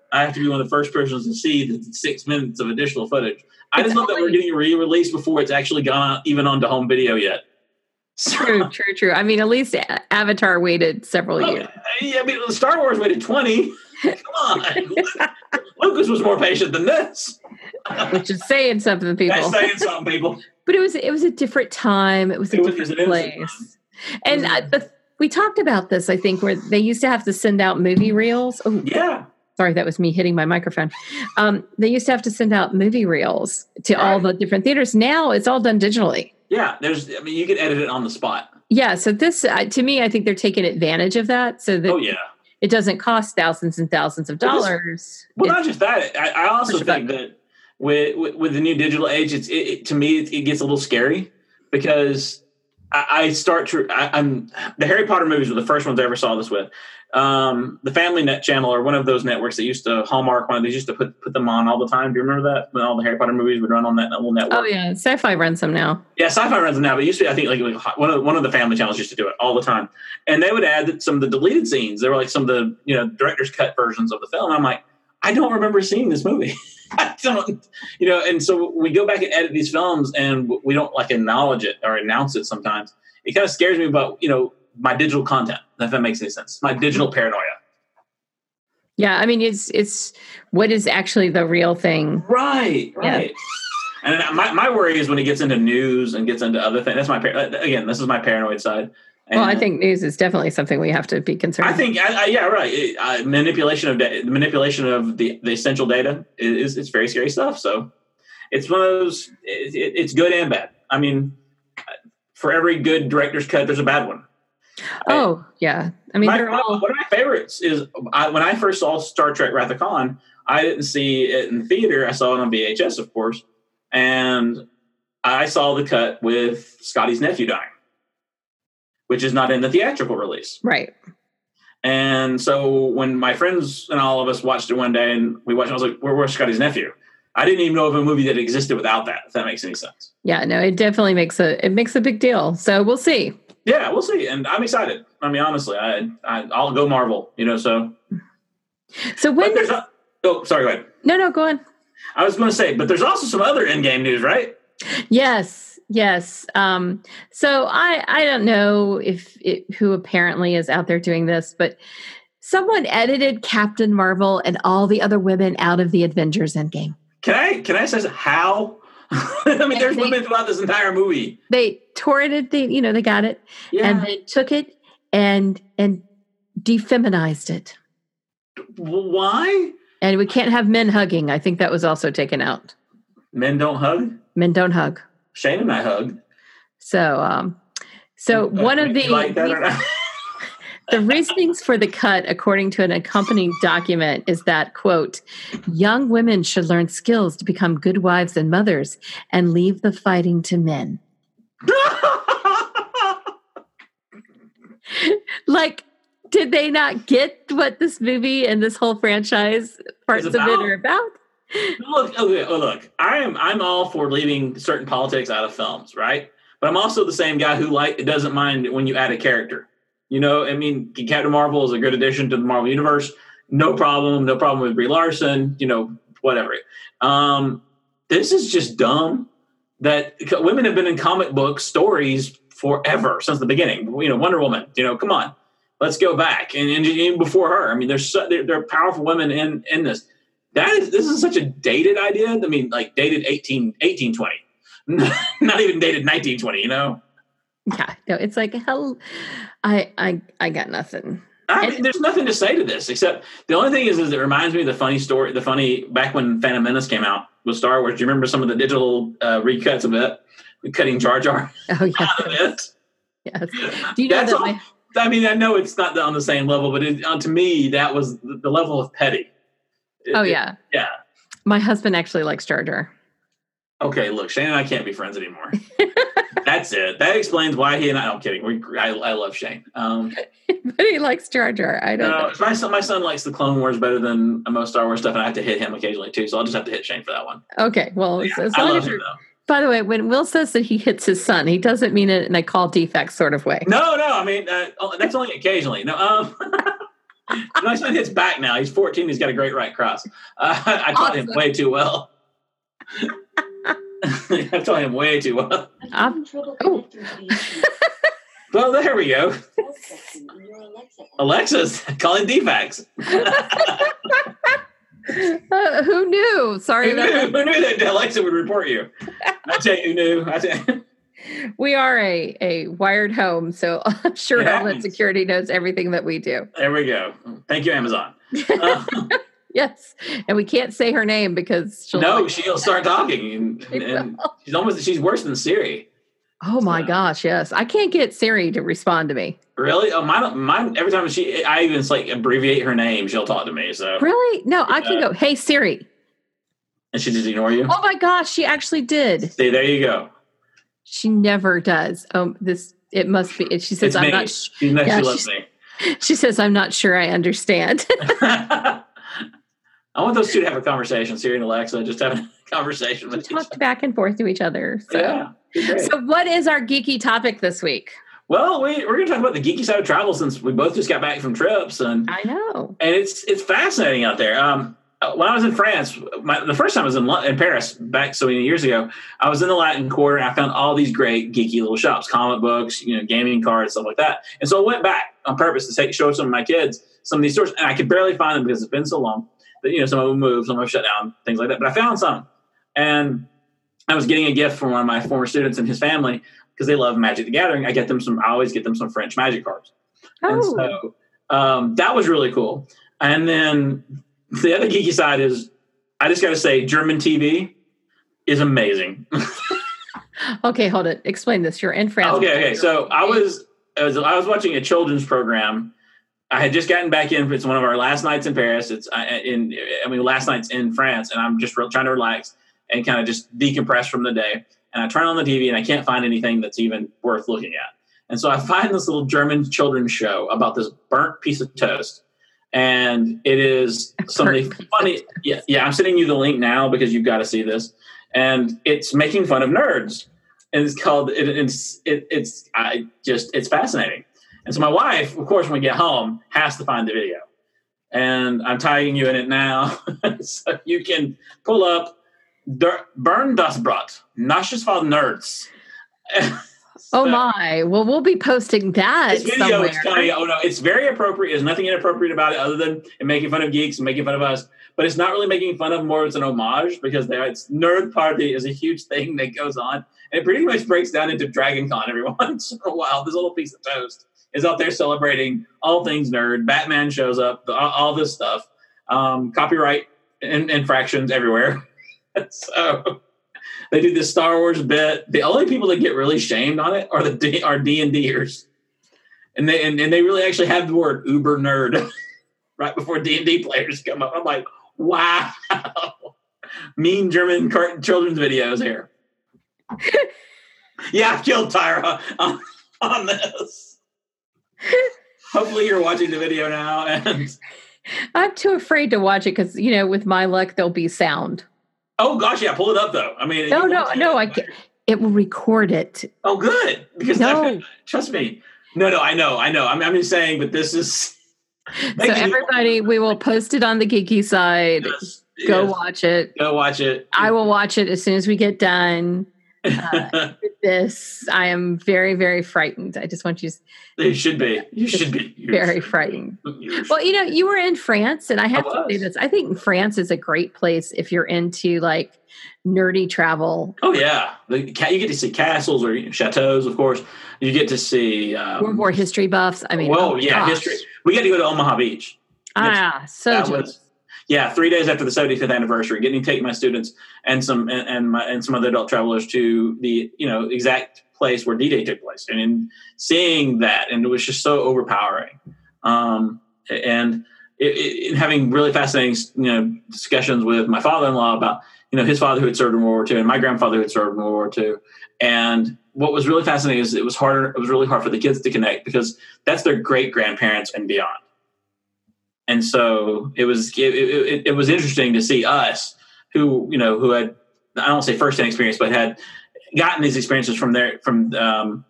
Speaker 1: I have to be one of the first persons to see the six minutes of additional footage. I just love that we're
Speaker 2: Exactly.
Speaker 1: getting re-released before it's actually gone out, even onto home video yet. uh,
Speaker 2: True, true, true. I mean, at least A- Avatar waited several
Speaker 1: Well,
Speaker 2: years.
Speaker 1: Yeah, I mean, Star Wars waited 20. Come on. Lucas was more patient than this.
Speaker 2: which is saying something to
Speaker 1: That's
Speaker 2: people.
Speaker 1: saying something, people.
Speaker 2: But it was it was a different time. It was a
Speaker 1: It was-
Speaker 2: different
Speaker 1: it Mm-hmm. was a different
Speaker 2: place. And I, the, we talked about this, I think, where they used to have to send out movie reels. Oh,
Speaker 1: Yeah.
Speaker 2: sorry, that was me hitting my microphone. Um, they used to have to send out movie reels to all the different theaters. Now it's all done digitally.
Speaker 1: Yeah. There's, I mean, you can edit it on the spot.
Speaker 2: Yeah. So this, uh, to me, I think they're taking advantage of that, so that
Speaker 1: Oh, yeah.
Speaker 2: it doesn't cost thousands and thousands of
Speaker 1: Well, this-
Speaker 2: dollars.
Speaker 1: Well,
Speaker 2: It's-
Speaker 1: not just that. I, I also
Speaker 2: Push it back.
Speaker 1: think that with, with with the new digital age, it's it, it- to me it, it gets a little scary because I, I start to I, I'm the Harry Potter movies were the first ones I ever saw this with. Um, the Family Net Channel or one of those networks that used to Hallmark one of these used to put put them on all the time. Do you remember that when all the Harry Potter movies would run on that little network?
Speaker 2: oh yeah, sci-fi runs them now.
Speaker 1: Yeah, Sci-Fi runs them now, but it used to be I think like, like one of one of the Family Channels used to do it all the time, and they would add some of the deleted scenes. They were like some of the you know director's cut versions of the film. And I'm like, I don't remember seeing this movie. I don't, you know. And so we go back and edit these films, and we don't like acknowledge it or announce it. Sometimes it kind of scares me about you know my digital content. If that makes any sense, my digital paranoia.
Speaker 2: Yeah, I mean, it's it's what is actually the real thing.
Speaker 1: Right,
Speaker 2: Yeah.
Speaker 1: right. And my, my worry is when it gets into news and gets into other things. That's my par- again. This is my paranoid side.
Speaker 2: Well, I
Speaker 1: And-
Speaker 2: think news is definitely something we have to be concerned.
Speaker 1: I think, I, I, yeah, right. It, uh, manipulation of da- the manipulation of the, the essential data is it's very scary stuff. So it's one of those. It, it, it's good and bad. I mean, for every good director's cut, there's a bad one.
Speaker 2: Oh yeah, I mean,
Speaker 1: My-
Speaker 2: they're
Speaker 1: one, of,
Speaker 2: all
Speaker 1: one of my favorites is I, when I first saw Star Trek Wrath of Khan, I didn't see it in the theater. I saw it on VHS, of course, and I saw the cut with Scotty's nephew dying, which is not in the theatrical release.
Speaker 2: right.
Speaker 1: And so when my friends and all of us watched it one day and we watched, it, I was like, "Where- "Where's Scotty's nephew?" I didn't even know of a movie that existed without that. If that makes any sense.
Speaker 2: Yeah, no, it definitely makes a it makes a big deal. So we'll see.
Speaker 1: Yeah, we'll see. And I'm excited. I mean, honestly, I, I I'll go Marvel. You know, so.
Speaker 2: So
Speaker 1: But
Speaker 2: when?
Speaker 1: there's not, oh, sorry. Go ahead.
Speaker 2: No, no, go on.
Speaker 1: I was going to say, but there's also some other in-game news, right?
Speaker 2: Yes, yes. Um, so I I don't know if it, who apparently is out there doing this, but someone edited Captain Marvel and all the other women out of the Avengers Endgame.
Speaker 1: Can I can I say how? I mean, there's women throughout this entire movie.
Speaker 2: They tore it. at the you know they got it
Speaker 1: Yeah.
Speaker 2: and then took it and and defeminized it.
Speaker 1: Why
Speaker 2: And we can't have men hugging. I think that was also taken out.
Speaker 1: men don't hug?
Speaker 2: Men don't hug.
Speaker 1: Shane and I hug. Uh,
Speaker 2: So, um, so one of
Speaker 1: You
Speaker 2: the
Speaker 1: like that or not?
Speaker 2: the reasonings for the cut, according to an accompanying document, is that quote: "Young women should learn skills to become good wives and mothers, and leave the fighting to men." Like, did they not get what this movie and this whole franchise parts of it
Speaker 1: about?
Speaker 2: are about?
Speaker 1: look, okay, oh, look, I am I'm all for leaving certain politics out of films, right? But I'm also the same guy who like doesn't mind when you add a character. You know, I mean, Captain Marvel is a good addition to the Marvel universe. No problem, no problem with Brie Larson. You know, whatever. Um, this is just dumb. That women have been in comic book stories forever since the beginning. You know, Wonder Woman. You know, come on, let's go back and, and even before her. I mean, there's so, there, there are powerful women in in this that is this is such a dated idea i mean like dated 18 1820 not even dated 1920 you know
Speaker 2: Yeah, no, it's like hell. I I I got nothing.
Speaker 1: I
Speaker 2: And-
Speaker 1: mean, there's nothing to say to this except the only thing is, is it reminds me of the funny story the funny back when phantom menace came out with star wars do you remember some of the digital uh, recuts of it cutting Jar Jar
Speaker 2: Oh yeah.
Speaker 1: out of it.
Speaker 2: Yes. Do you know
Speaker 1: That's
Speaker 2: that
Speaker 1: all-
Speaker 2: my
Speaker 1: I mean, I know it's not the- on the same level, but it, uh, to me, that was the, the level of petty. It-
Speaker 2: Oh
Speaker 1: it-
Speaker 2: yeah.
Speaker 1: yeah.
Speaker 2: My husband actually likes Jar Jar.
Speaker 1: okay, look, Shane and I can't be friends anymore. That's it. That explains why he and I. I'm kidding. We, I, I love Shane. Um,
Speaker 2: but he likes Jar Jar. I don't
Speaker 1: no,
Speaker 2: know.
Speaker 1: my son, my son likes the Clone Wars better than most Star Wars stuff, and I have to hit him occasionally too. So I'll just have to hit Shane for that one.
Speaker 2: Okay. Well, as- as
Speaker 1: I
Speaker 2: long
Speaker 1: love
Speaker 2: as
Speaker 1: him
Speaker 2: you're,
Speaker 1: though.
Speaker 2: by the way, when Will says that he hits his son, he doesn't mean it in a call defect sort of way.
Speaker 1: No, no. I mean, uh, oh, that's only occasionally. No, um, my son hits back now. He's 14. He's got a great right cross. Uh, I taught him
Speaker 2: Awesome.
Speaker 1: way too well. I taught him way too well.
Speaker 2: I'm- oh.
Speaker 1: Well, there we go. Alexis calling defects.
Speaker 2: Uh, who knew? Sorry.
Speaker 1: Who
Speaker 2: about
Speaker 1: knew, who knew that Alexa would report you? I tell you, who knew? I tell you.
Speaker 2: that. We are a, a wired home, so I'm sure
Speaker 1: It
Speaker 2: Homeland
Speaker 1: happens.
Speaker 2: Security knows everything that we do.
Speaker 1: There we go. Thank you, Amazon. Uh,
Speaker 2: Yes. And we can't say her name because she'll.
Speaker 1: no, she'll start talking, and, and she's almost she's worse than Siri.
Speaker 2: Oh my gosh. Yes. I can't get Siri to respond to me.
Speaker 1: Really? Oh, mine, mine. Every time she, I even like abbreviate her name, she'll talk to me. So,
Speaker 2: Really? No, I can
Speaker 1: Yeah.
Speaker 2: go, hey, Siri.
Speaker 1: and she just ignore you.
Speaker 2: Oh my gosh. She actually did.
Speaker 1: See, there you go.
Speaker 2: She never does. Oh, this. It must be. It, she
Speaker 1: It's
Speaker 2: says, "I'm
Speaker 1: me.
Speaker 2: not." Sh-
Speaker 1: She knows
Speaker 2: Yeah,
Speaker 1: she loves me.
Speaker 2: she says, "I'm not sure I understand."
Speaker 1: I want those two to have a conversation, Siri and Alexa, just have a conversation
Speaker 2: we
Speaker 1: with each other.
Speaker 2: talked back and forth to each other. So.
Speaker 1: Yeah. great.
Speaker 2: so, what is our geeky topic this week?
Speaker 1: Well, we, we're going to talk about the geeky side of travel since we both just got back from trips, and
Speaker 2: I know.
Speaker 1: and it's it's fascinating out there. Um, uh, when I was in France, my, the first time I was in Lo- in Paris back so many years ago, I was in the Latin Quarter. and I found all these great geeky little shops, comic books, you know, gaming cards, stuff like that. And so I went back on purpose to take show some of my kids some of these stores, and I could barely find them because it's been so long that you know some of them moved, some of them shut down, things like that. But I found some, and I was getting a gift from one of my former students and his family because they love Magic the Gathering. I get them some. I always get them some French Magic cards. And
Speaker 2: Oh,
Speaker 1: so um, that was really cool. And then the other geeky side is, I just got to say, German TV is amazing.
Speaker 2: okay. Hold it. Explain this. You're in France.
Speaker 1: okay, okay. So I was, I was I was watching a children's program. I had just gotten back in. It's one of our last nights in Paris. It's I- in I mean last night's in France, and I'm just real, trying to relax and kind of just decompress from the day. And I turn on the TV and I can't find anything that's even worth looking at. And so I find this little German children's show about this burnt piece of toast. And it is some of
Speaker 2: burnt
Speaker 1: the
Speaker 2: piece of
Speaker 1: funny. Yeah, yeah, I'm sending you the link now because you've got to see this. And it's making fun of nerds. And it's called, it, it's, it, it's, I just, it's fascinating. And so my wife, of course, when we get home, has to find the video. And I'm tagging you in it now. so you can pull up Der, Burn Das Brot, Nashes for Nerds.
Speaker 2: Oh my. Well, we'll be posting that
Speaker 1: uh, This video
Speaker 2: somewhere.
Speaker 1: is kind of, oh no, it's very appropriate. There's nothing inappropriate about it other than it making fun of geeks and making fun of us. But it's not really making fun of them, more. It's an homage because there- it's nerd party is a huge thing that goes on. And it pretty much breaks down into Dragon Con every once in a while. This little piece of toast is out there celebrating all things nerd. Batman shows up, the, all, all this stuff. Um, copyright in, infractions everywhere. so they do this Star Wars bit. The only people that get really shamed on it are the D, are D and Ders and they and, and they really actually have the word uber nerd right before d&d players come up i'm like wow mean german cartoon children's videos here yeah i've killed tyra on, on this hopefully you're watching the video now and
Speaker 2: I'm too afraid to watch it because you know, with my luck, there'll be sound.
Speaker 1: oh gosh yeah pull it up though i mean
Speaker 2: No,
Speaker 1: you
Speaker 2: no,
Speaker 1: won't see
Speaker 2: no.
Speaker 1: it.
Speaker 2: I can't. It will record it.
Speaker 1: oh good because
Speaker 2: No.
Speaker 1: trust me no no i know i know i'm, I'm just saying but this is
Speaker 2: So everybody, we will post it on the geeky side.
Speaker 1: Yes,
Speaker 2: Go
Speaker 1: yes.
Speaker 2: watch it.
Speaker 1: go watch it
Speaker 2: I will watch it as soon as we get done. with This I am very, very frightened. I just want you s-
Speaker 1: You should be. You should be. You should
Speaker 2: very
Speaker 1: be.
Speaker 2: frightened.
Speaker 1: You should-
Speaker 2: Well, you know, you were in France, and I have to say
Speaker 1: was.
Speaker 2: this. I think France is a great place if you're into like nerdy travel.
Speaker 1: oh yeah, the, ca- you get to see castles or chateaux, of course. You get to see.
Speaker 2: World
Speaker 1: Um,
Speaker 2: War history buffs. I mean,
Speaker 1: well,
Speaker 2: oh my
Speaker 1: yeah,
Speaker 2: gosh.
Speaker 1: history. We got to go to Omaha Beach.
Speaker 2: Ah, so
Speaker 1: That
Speaker 2: jealous.
Speaker 1: was, yeah, three days after the 75th anniversary, getting to take my students and some and, and my and some other adult travelers to the you know exact place where D-Day took place, and, and seeing that, and it was just so overpowering. Um, and it, it, having really fascinating you know discussions with my father-in-law about you know his father who had served in World War II and my grandfather who had served in World War II, and what was really fascinating is it was harder. It was really hard for the kids to connect because that's their great grandparents and beyond and so it was it, it, it, was interesting to see us who you know who had I don't say first hand experience but had gotten these experiences from their from um,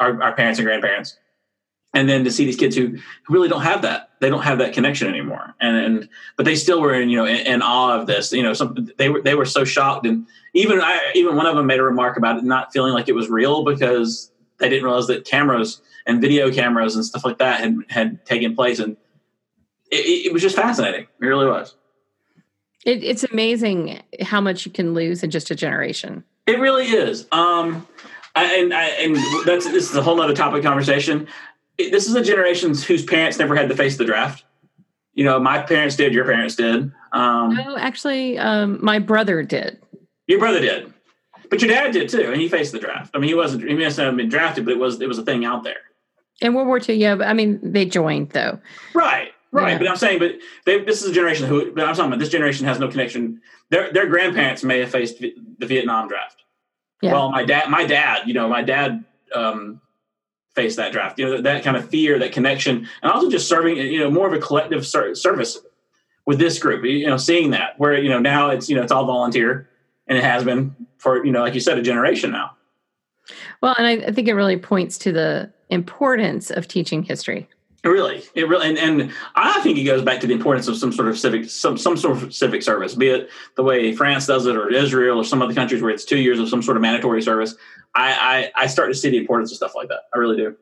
Speaker 1: our, our parents and grandparents and then to see these kids who, who really don't have that they don't have that connection anymore and, and but they still were in you know in, in awe of this you know some they were they were so shocked and even I, even one of them made a remark about it not feeling like it was real because they didn't realize that cameras and video cameras and stuff like that had had taken place and it, it, was just fascinating. It really was.
Speaker 2: It, it's amazing how much you can lose in just a generation.
Speaker 1: It really is. Um, I, and I, and that's this is a whole other topic conversation. It, this is a generation whose parents never had to face the draft. You know, my parents did. Your parents did. Um,
Speaker 2: no, actually, um, my brother did.
Speaker 1: Your brother did, but your dad did too, and he faced the draft. I mean, he wasn't. He may not have been drafted, but it was. It was a thing out there.
Speaker 2: In World War II, yeah, but I mean, they joined though.
Speaker 1: Right. Right, yeah. but I'm saying, but they, this is a generation who. But I'm talking about this generation has no connection. Their their grandparents may have faced the Vietnam draft. Yeah. Well, my dad, my dad, you know, my dad um, faced that draft. You know, that, that, kind of fear, that connection, and also just serving. You know, more of a collective ser- service with this group. You know, seeing that where you know now it's you know it's all volunteer, and it has been for you know like you said a generation now.
Speaker 2: Well, and I, I think it really points to the importance of teaching history.
Speaker 1: Really, it really, and, and, I think it goes back to the importance of some sort of civic, some some sort of civic service, be it the way France does it, or Israel, or some other countries where it's two years of some sort of mandatory service. I, I I start to see the importance of stuff like that. I really do.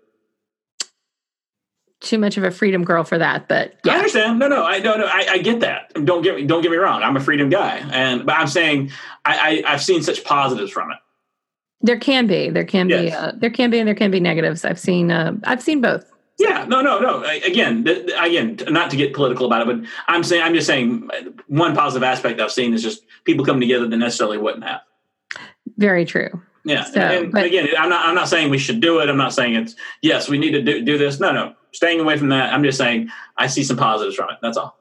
Speaker 2: Too much of a freedom girl for that, but
Speaker 1: yeah. I understand. No, no, I no, no, I, I get that. Don't get me, don't get me wrong. I'm a freedom guy, and but I'm saying I, I I've seen such positives from it.
Speaker 2: There can be, there can yes. be, uh, there can be, and there can be negatives. I've seen, uh, I've seen both.
Speaker 1: Yeah, no, no, no. Again, th- again, not to get political about it, but I'm saying I'm just saying one positive aspect I've seen is just people coming together that necessarily wouldn't have.
Speaker 2: Very true.
Speaker 1: Yeah, so, and, and but, again, I'm not. I'm not saying we should do it. I'm not saying it's yes, we need to do, do this. No, no, staying away from that. I'm just saying I see some positives from it. That's all.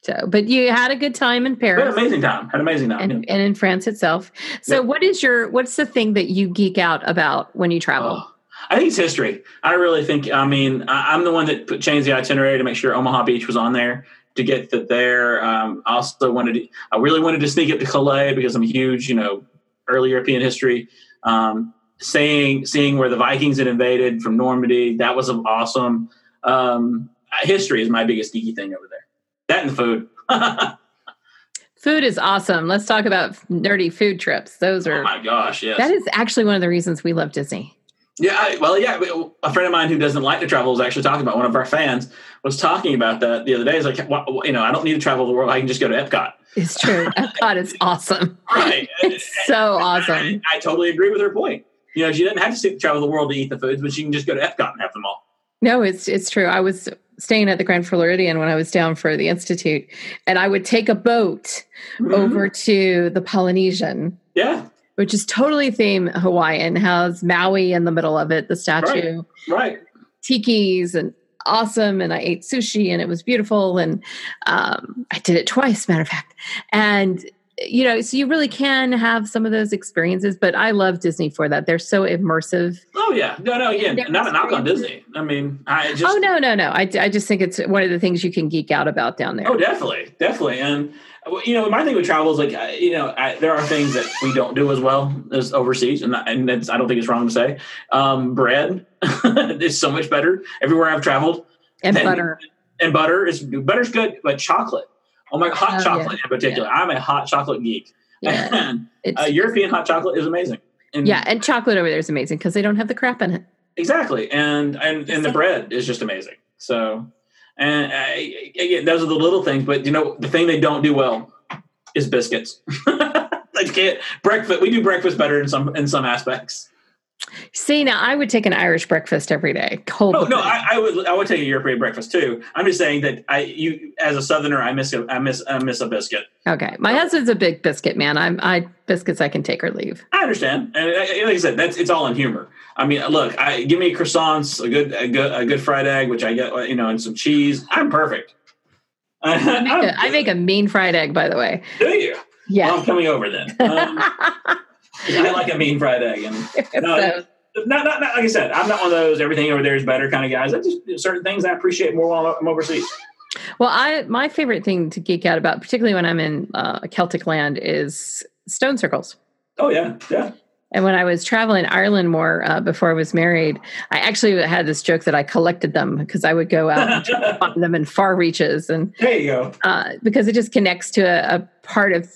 Speaker 2: So, but you had a good time in Paris.
Speaker 1: Had amazing time. Had amazing time.
Speaker 2: And, yeah. and in France itself. So, yeah. what is your? What's the thing that you geek out about when you travel? Oh.
Speaker 1: I think it's history. I really think. I mean, I, am the one that put, changed the itinerary to make sure Omaha Beach was on there to get to there. Um, I also wanted. To, I really wanted to sneak up to Calais because I'm a huge, you know, early European history. Um, seeing seeing where the Vikings had invaded from Normandy that was awesome. Um, history is my biggest geeky thing over there. That and the food.
Speaker 2: Food is awesome. Let's talk about nerdy food trips. Those are
Speaker 1: oh my gosh, yes.
Speaker 2: That is actually one of the reasons we love Disney.
Speaker 1: Yeah, I, well, yeah. A friend of mine who doesn't like to travel was actually talking about one of our fans was talking about that the other day. Is like, well, you know, I don't need to travel the world. I can just go to Epcot.
Speaker 2: It's true. Epcot is awesome.
Speaker 1: Right.
Speaker 2: It's so awesome.
Speaker 1: I, I, totally agree with her point. You know, she doesn't have to travel the world to eat the foods, but she can just go to Epcot and have them all.
Speaker 2: No, it's it's true. I was staying at the Grand Floridian when I was down for the institute, and I would take a boat mm-hmm. over to the Polynesian.
Speaker 1: Yeah
Speaker 2: which is totally theme Hawaiian, has Maui in the middle of it, the statue.
Speaker 1: Right. right.
Speaker 2: Tiki's and awesome. And I ate sushi and it was beautiful. And um, I did it twice, matter of fact. And, you know, so you really can have some of those experiences, but I love Disney for that. They're so immersive.
Speaker 1: Oh, yeah. No, no, again, not a knock on Disney. I mean, I just.
Speaker 2: Oh, no, no, no. I, I just think it's one of the things you can geek out about down there.
Speaker 1: Oh, definitely. Definitely. And, you know, my thing with travel is like, you know, I, there are things that we don't do as well as overseas, and and I don't think it's wrong to say. Um, bread is so much better everywhere I've traveled,
Speaker 2: and than, butter,
Speaker 1: and butter is butter's good, but chocolate, oh my, hot oh, chocolate yeah. in particular. Yeah. I'm a hot chocolate geek, yeah. and uh, European hot chocolate is amazing.
Speaker 2: And, yeah, and chocolate over there is amazing because they don't have the crap in it.
Speaker 1: Exactly, and and and the bread is just amazing. So and I, again, those are the little things. But you know, the thing they don't do well is biscuits. they can't breakfast. We do breakfast better in some in some aspects.
Speaker 2: See, now I would take an Irish breakfast every day. Cold.
Speaker 1: Oh, no, I, I would. I would take a European breakfast too. I'm just saying that I, you, as a Southerner, I miss. A, I miss. I miss a biscuit.
Speaker 2: Okay, my husband's a big biscuit man. I'm. I biscuits I can take or leave.
Speaker 1: I understand, and I- I- like I said, that's it's all in humor. I mean, look, I give me croissants, a good, a good, a good fried egg, which I get, you know, and some cheese. I'm perfect.
Speaker 2: I make, a, I make a mean fried egg, by the way.
Speaker 1: Do you? Well,
Speaker 2: Yeah.
Speaker 1: I'm coming over then. Um, I like a mean fried egg, and no,
Speaker 2: So,
Speaker 1: not, not, not like I said, I'm not one of those everything over there is better kind of guys. I just certain things I appreciate more while I'm overseas.
Speaker 2: well, I my favorite thing to geek out about, particularly when I'm in uh, Celtic land, is stone circles.
Speaker 1: Oh yeah, yeah.
Speaker 2: And when I was traveling Ireland more uh, before I was married, I actually had this joke that I collected them because I would go out and find them in far reaches, and
Speaker 1: there you go.
Speaker 2: uh, because it just connects to a, a part of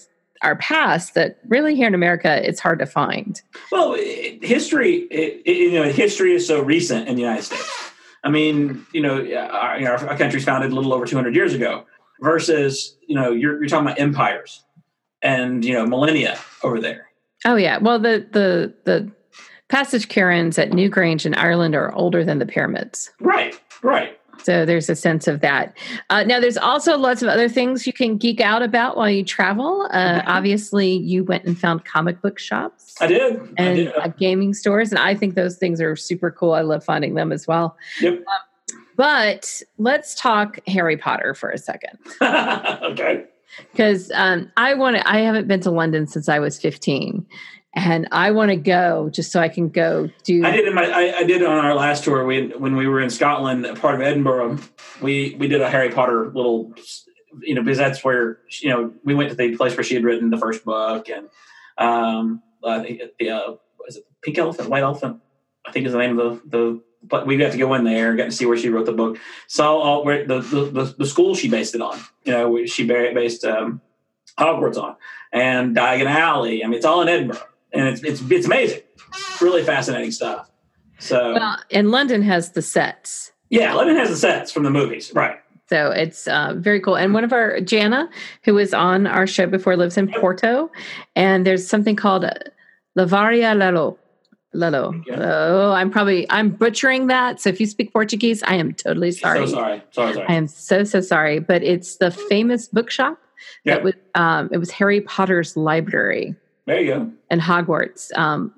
Speaker 2: our past that really here in America it's hard to find.
Speaker 1: Well, it, history, it, it- you know, history is so recent in the United States. I mean, you know, our, you know, our country's founded a little over 200 years ago versus, you know, you're, you're talking about empires and, you know, millennia over there.
Speaker 2: Oh yeah, well the the the passage cairns at Newgrange in Ireland are older than the pyramids.
Speaker 1: Right, right.
Speaker 2: So there's a sense of that. Uh, now, there's also lots of other things you can geek out about while you travel. Uh,
Speaker 1: Mhm.
Speaker 2: obviously, you went and found comic book shops
Speaker 1: I did. I
Speaker 2: and
Speaker 1: did.
Speaker 2: uh, gaming stores, and I think those things are super cool. I love finding them as well.
Speaker 1: Yep.
Speaker 2: Um, but let's talk Harry Potter for a second,
Speaker 1: okay.
Speaker 2: because um, I want to. I haven't been to London since I was 15, and I want to go just so I can go do.
Speaker 1: I did in my, I, I did on our last tour we, when we were in Scotland, part of Edinburgh, we, we did a Harry Potter little, you know, because that's where, you know, we went to the place where she had written the first book and, um, I think it- the, uh, was it Pink Elephant, White Elephant? I think is the name of the, the, but we got to go in there, got to see where she wrote the book. Saw all uh, where the, the, the, the school she based it on, you know, where she ba- based, um, Hogwarts on and Diagon Alley. I mean, it's all in Edinburgh and it's, it's, it's amazing. It's really fascinating stuff. So
Speaker 2: Well, and London has the sets.
Speaker 1: yeah, London has the sets from the movies, right?
Speaker 2: So it's uh, very cool. And one of our Jana, who was on our show before, lives in Porto, and there's something called Lavaria Lalo. Lalo.
Speaker 1: Yeah.
Speaker 2: Oh, I'm probably I'm butchering that. So if you speak Portuguese, I am totally sorry.
Speaker 1: So sorry, sorry, sorry.
Speaker 2: I am so so sorry. But it's the famous bookshop
Speaker 1: Yeah.
Speaker 2: that was um, it was Harry Potter's library
Speaker 1: there you go.
Speaker 2: in Hogwarts. Um,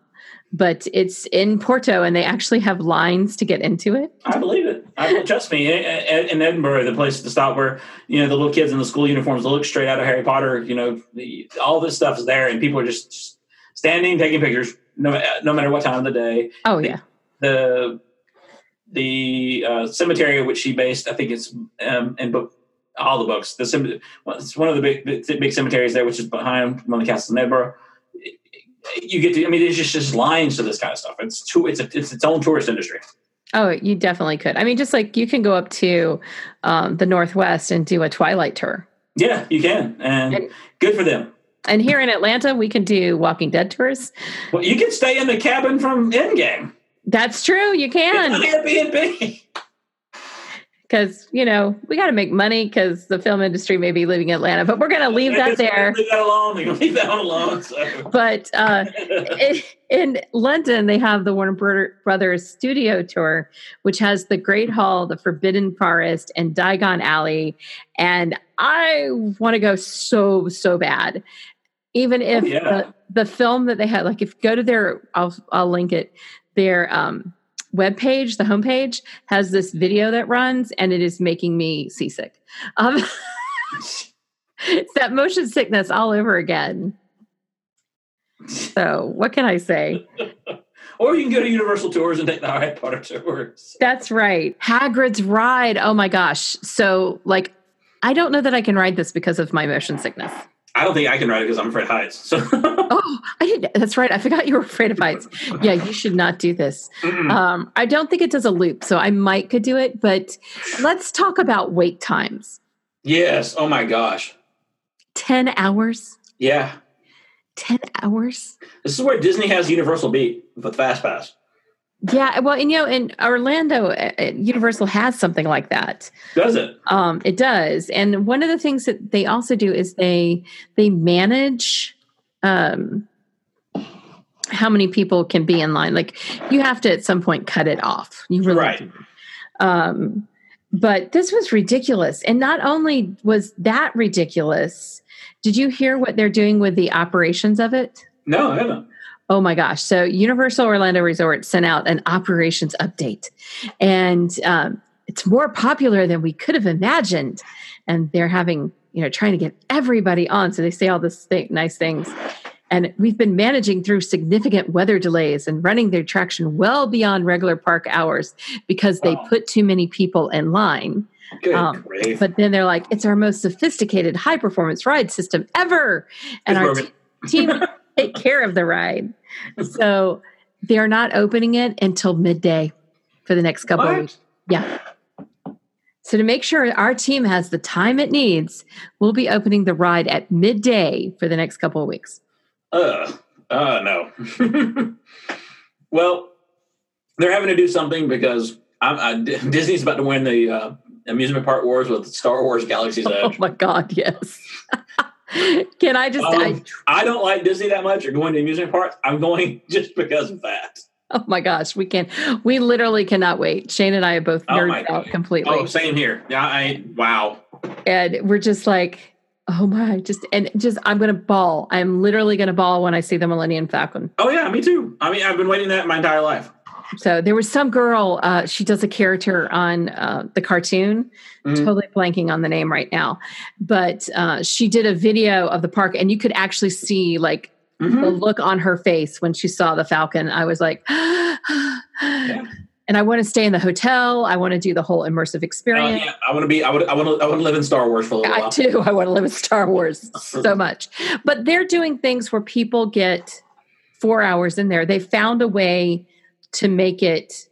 Speaker 2: but it's in Porto, and they actually have lines to get into it.
Speaker 1: I believe it. I believe, trust me. In, in in Edinburgh, the place to stop where you know the little kids in the school uniforms look straight out of Harry Potter. You know, the, all this stuff is there, and people are just standing, taking pictures, no, uh, no matter what time of the day.
Speaker 2: Oh yeah.
Speaker 1: The the uh, cemetery which she based, I think it's um, in book all the books. The cem- well, it's one of the big big big cemeteries there, which is behind one of the castles in Edinburgh. You get to, I mean, there's just, just lines to this kind of stuff. It's too, it's a, it's its own tourist industry.
Speaker 2: Oh, you definitely could. I mean, just like you can go up to um, the Northwest and do a Twilight tour.
Speaker 1: Yeah, you can, and,
Speaker 2: And-
Speaker 1: good for them.
Speaker 2: And here in Atlanta, we can do Walking Dead tours.
Speaker 1: Well, you can stay in the cabin from Endgame.
Speaker 2: That's true. You
Speaker 1: It's
Speaker 2: can.
Speaker 1: an Airbnb.
Speaker 2: Because, you know, we got to make money because the film industry may be leaving Atlanta, but we're going to leave that there.
Speaker 1: Leave that alone. We can leave that one alone. So.
Speaker 2: But uh, in, in London, they have the Warner Bro- Brothers studio tour, which has the Great Hall, the Forbidden Forest, and Diagon Alley. And I want to go so, so bad. Even if
Speaker 1: yeah.
Speaker 2: the, the film that they had, like if you go to their, I'll, I'll link it, their um, webpage, the homepage, has this video that runs and it is making me seasick. Um, it's that motion sickness all over again. So, what can I say?
Speaker 1: or you can go to Universal Tours and take the Harry Potter tours.
Speaker 2: That's right. Hagrid's ride. Oh my gosh. So, like, I don't know that I can ride this because of my motion sickness.
Speaker 1: I don't think I can ride it because I'm afraid of heights. So
Speaker 2: Oh, I didn't. That's right. I forgot you were afraid of heights. Yeah, you should not do this.
Speaker 1: Mm-mm.
Speaker 2: Um, I don't think it does a loop, so I might could do it. But let's talk about wait times.
Speaker 1: yes. Oh my gosh.
Speaker 2: Ten hours.
Speaker 1: Yeah.
Speaker 2: Ten hours.
Speaker 1: This is where Disney has Universal beat with Fast Pass.
Speaker 2: Yeah. Well, and you know, in Orlando, uh, uh, Universal has something like that.
Speaker 1: Does it?
Speaker 2: Um, it does. And one of the things that they also do is they they manage um how many people can be in line. Like you have to at some point cut it off. You really
Speaker 1: Right.
Speaker 2: do. Um, but this was ridiculous. And not only was that ridiculous, did you hear what they're doing with the operations of it?
Speaker 1: No, I haven't.
Speaker 2: Oh my gosh. So Universal Orlando Resort sent out an operations update, and um, it's more popular than we could have imagined. And they're having, you know, trying to get everybody on. So they say all this thing, nice things. And we've been managing through significant weather delays and running the attraction well beyond regular park hours because they
Speaker 1: Wow.
Speaker 2: put too many people in line.
Speaker 1: Good
Speaker 2: Um,
Speaker 1: grief.
Speaker 2: But then they're like, it's our most sophisticated high performance ride system ever. And
Speaker 1: It's
Speaker 2: our
Speaker 1: broken.
Speaker 2: te- team will take care of the ride. So they're not opening it until midday for the next couple of
Speaker 1: What?
Speaker 2: weeks. So to make sure our team has the time it needs, we'll be opening the ride at midday for the next couple of weeks.
Speaker 1: Ugh. Uh, no. well, they're having to do something because I'm, I, Disney's about to win the uh, amusement park wars with Star Wars Galaxy's
Speaker 2: Oh
Speaker 1: Edge.
Speaker 2: my God, yes. Can I just, I,
Speaker 1: Um, I don't like Disney that much or going to amusement parks. I'm going just because of that.
Speaker 2: oh my gosh, we can, we literally cannot wait. Shane and I are both
Speaker 1: Oh my
Speaker 2: nerds out
Speaker 1: God.
Speaker 2: completely.
Speaker 1: Oh, same here. Yeah, I wow.
Speaker 2: and we're just like oh my just and just i'm gonna ball i'm literally gonna ball when i see the millennium falcon
Speaker 1: Oh yeah, me too. I mean, I've been waiting that my entire life.
Speaker 2: so there was some girl uh, she does a character on uh, the cartoon
Speaker 1: Mhm.
Speaker 2: totally blanking on the name right now but uh, she did a video of the park and you could actually see like the
Speaker 1: Mhm.
Speaker 2: look on her face when she saw the falcon i was like and i want to stay in the hotel i want to do the whole immersive
Speaker 1: Uh,
Speaker 2: experience
Speaker 1: yeah, I want to be. I would. I want to. I want to live in Star Wars for a little
Speaker 2: I
Speaker 1: while.
Speaker 2: do. I want to live in Star Wars so much. But they're doing things where people get four hours in there. They found a way to make it.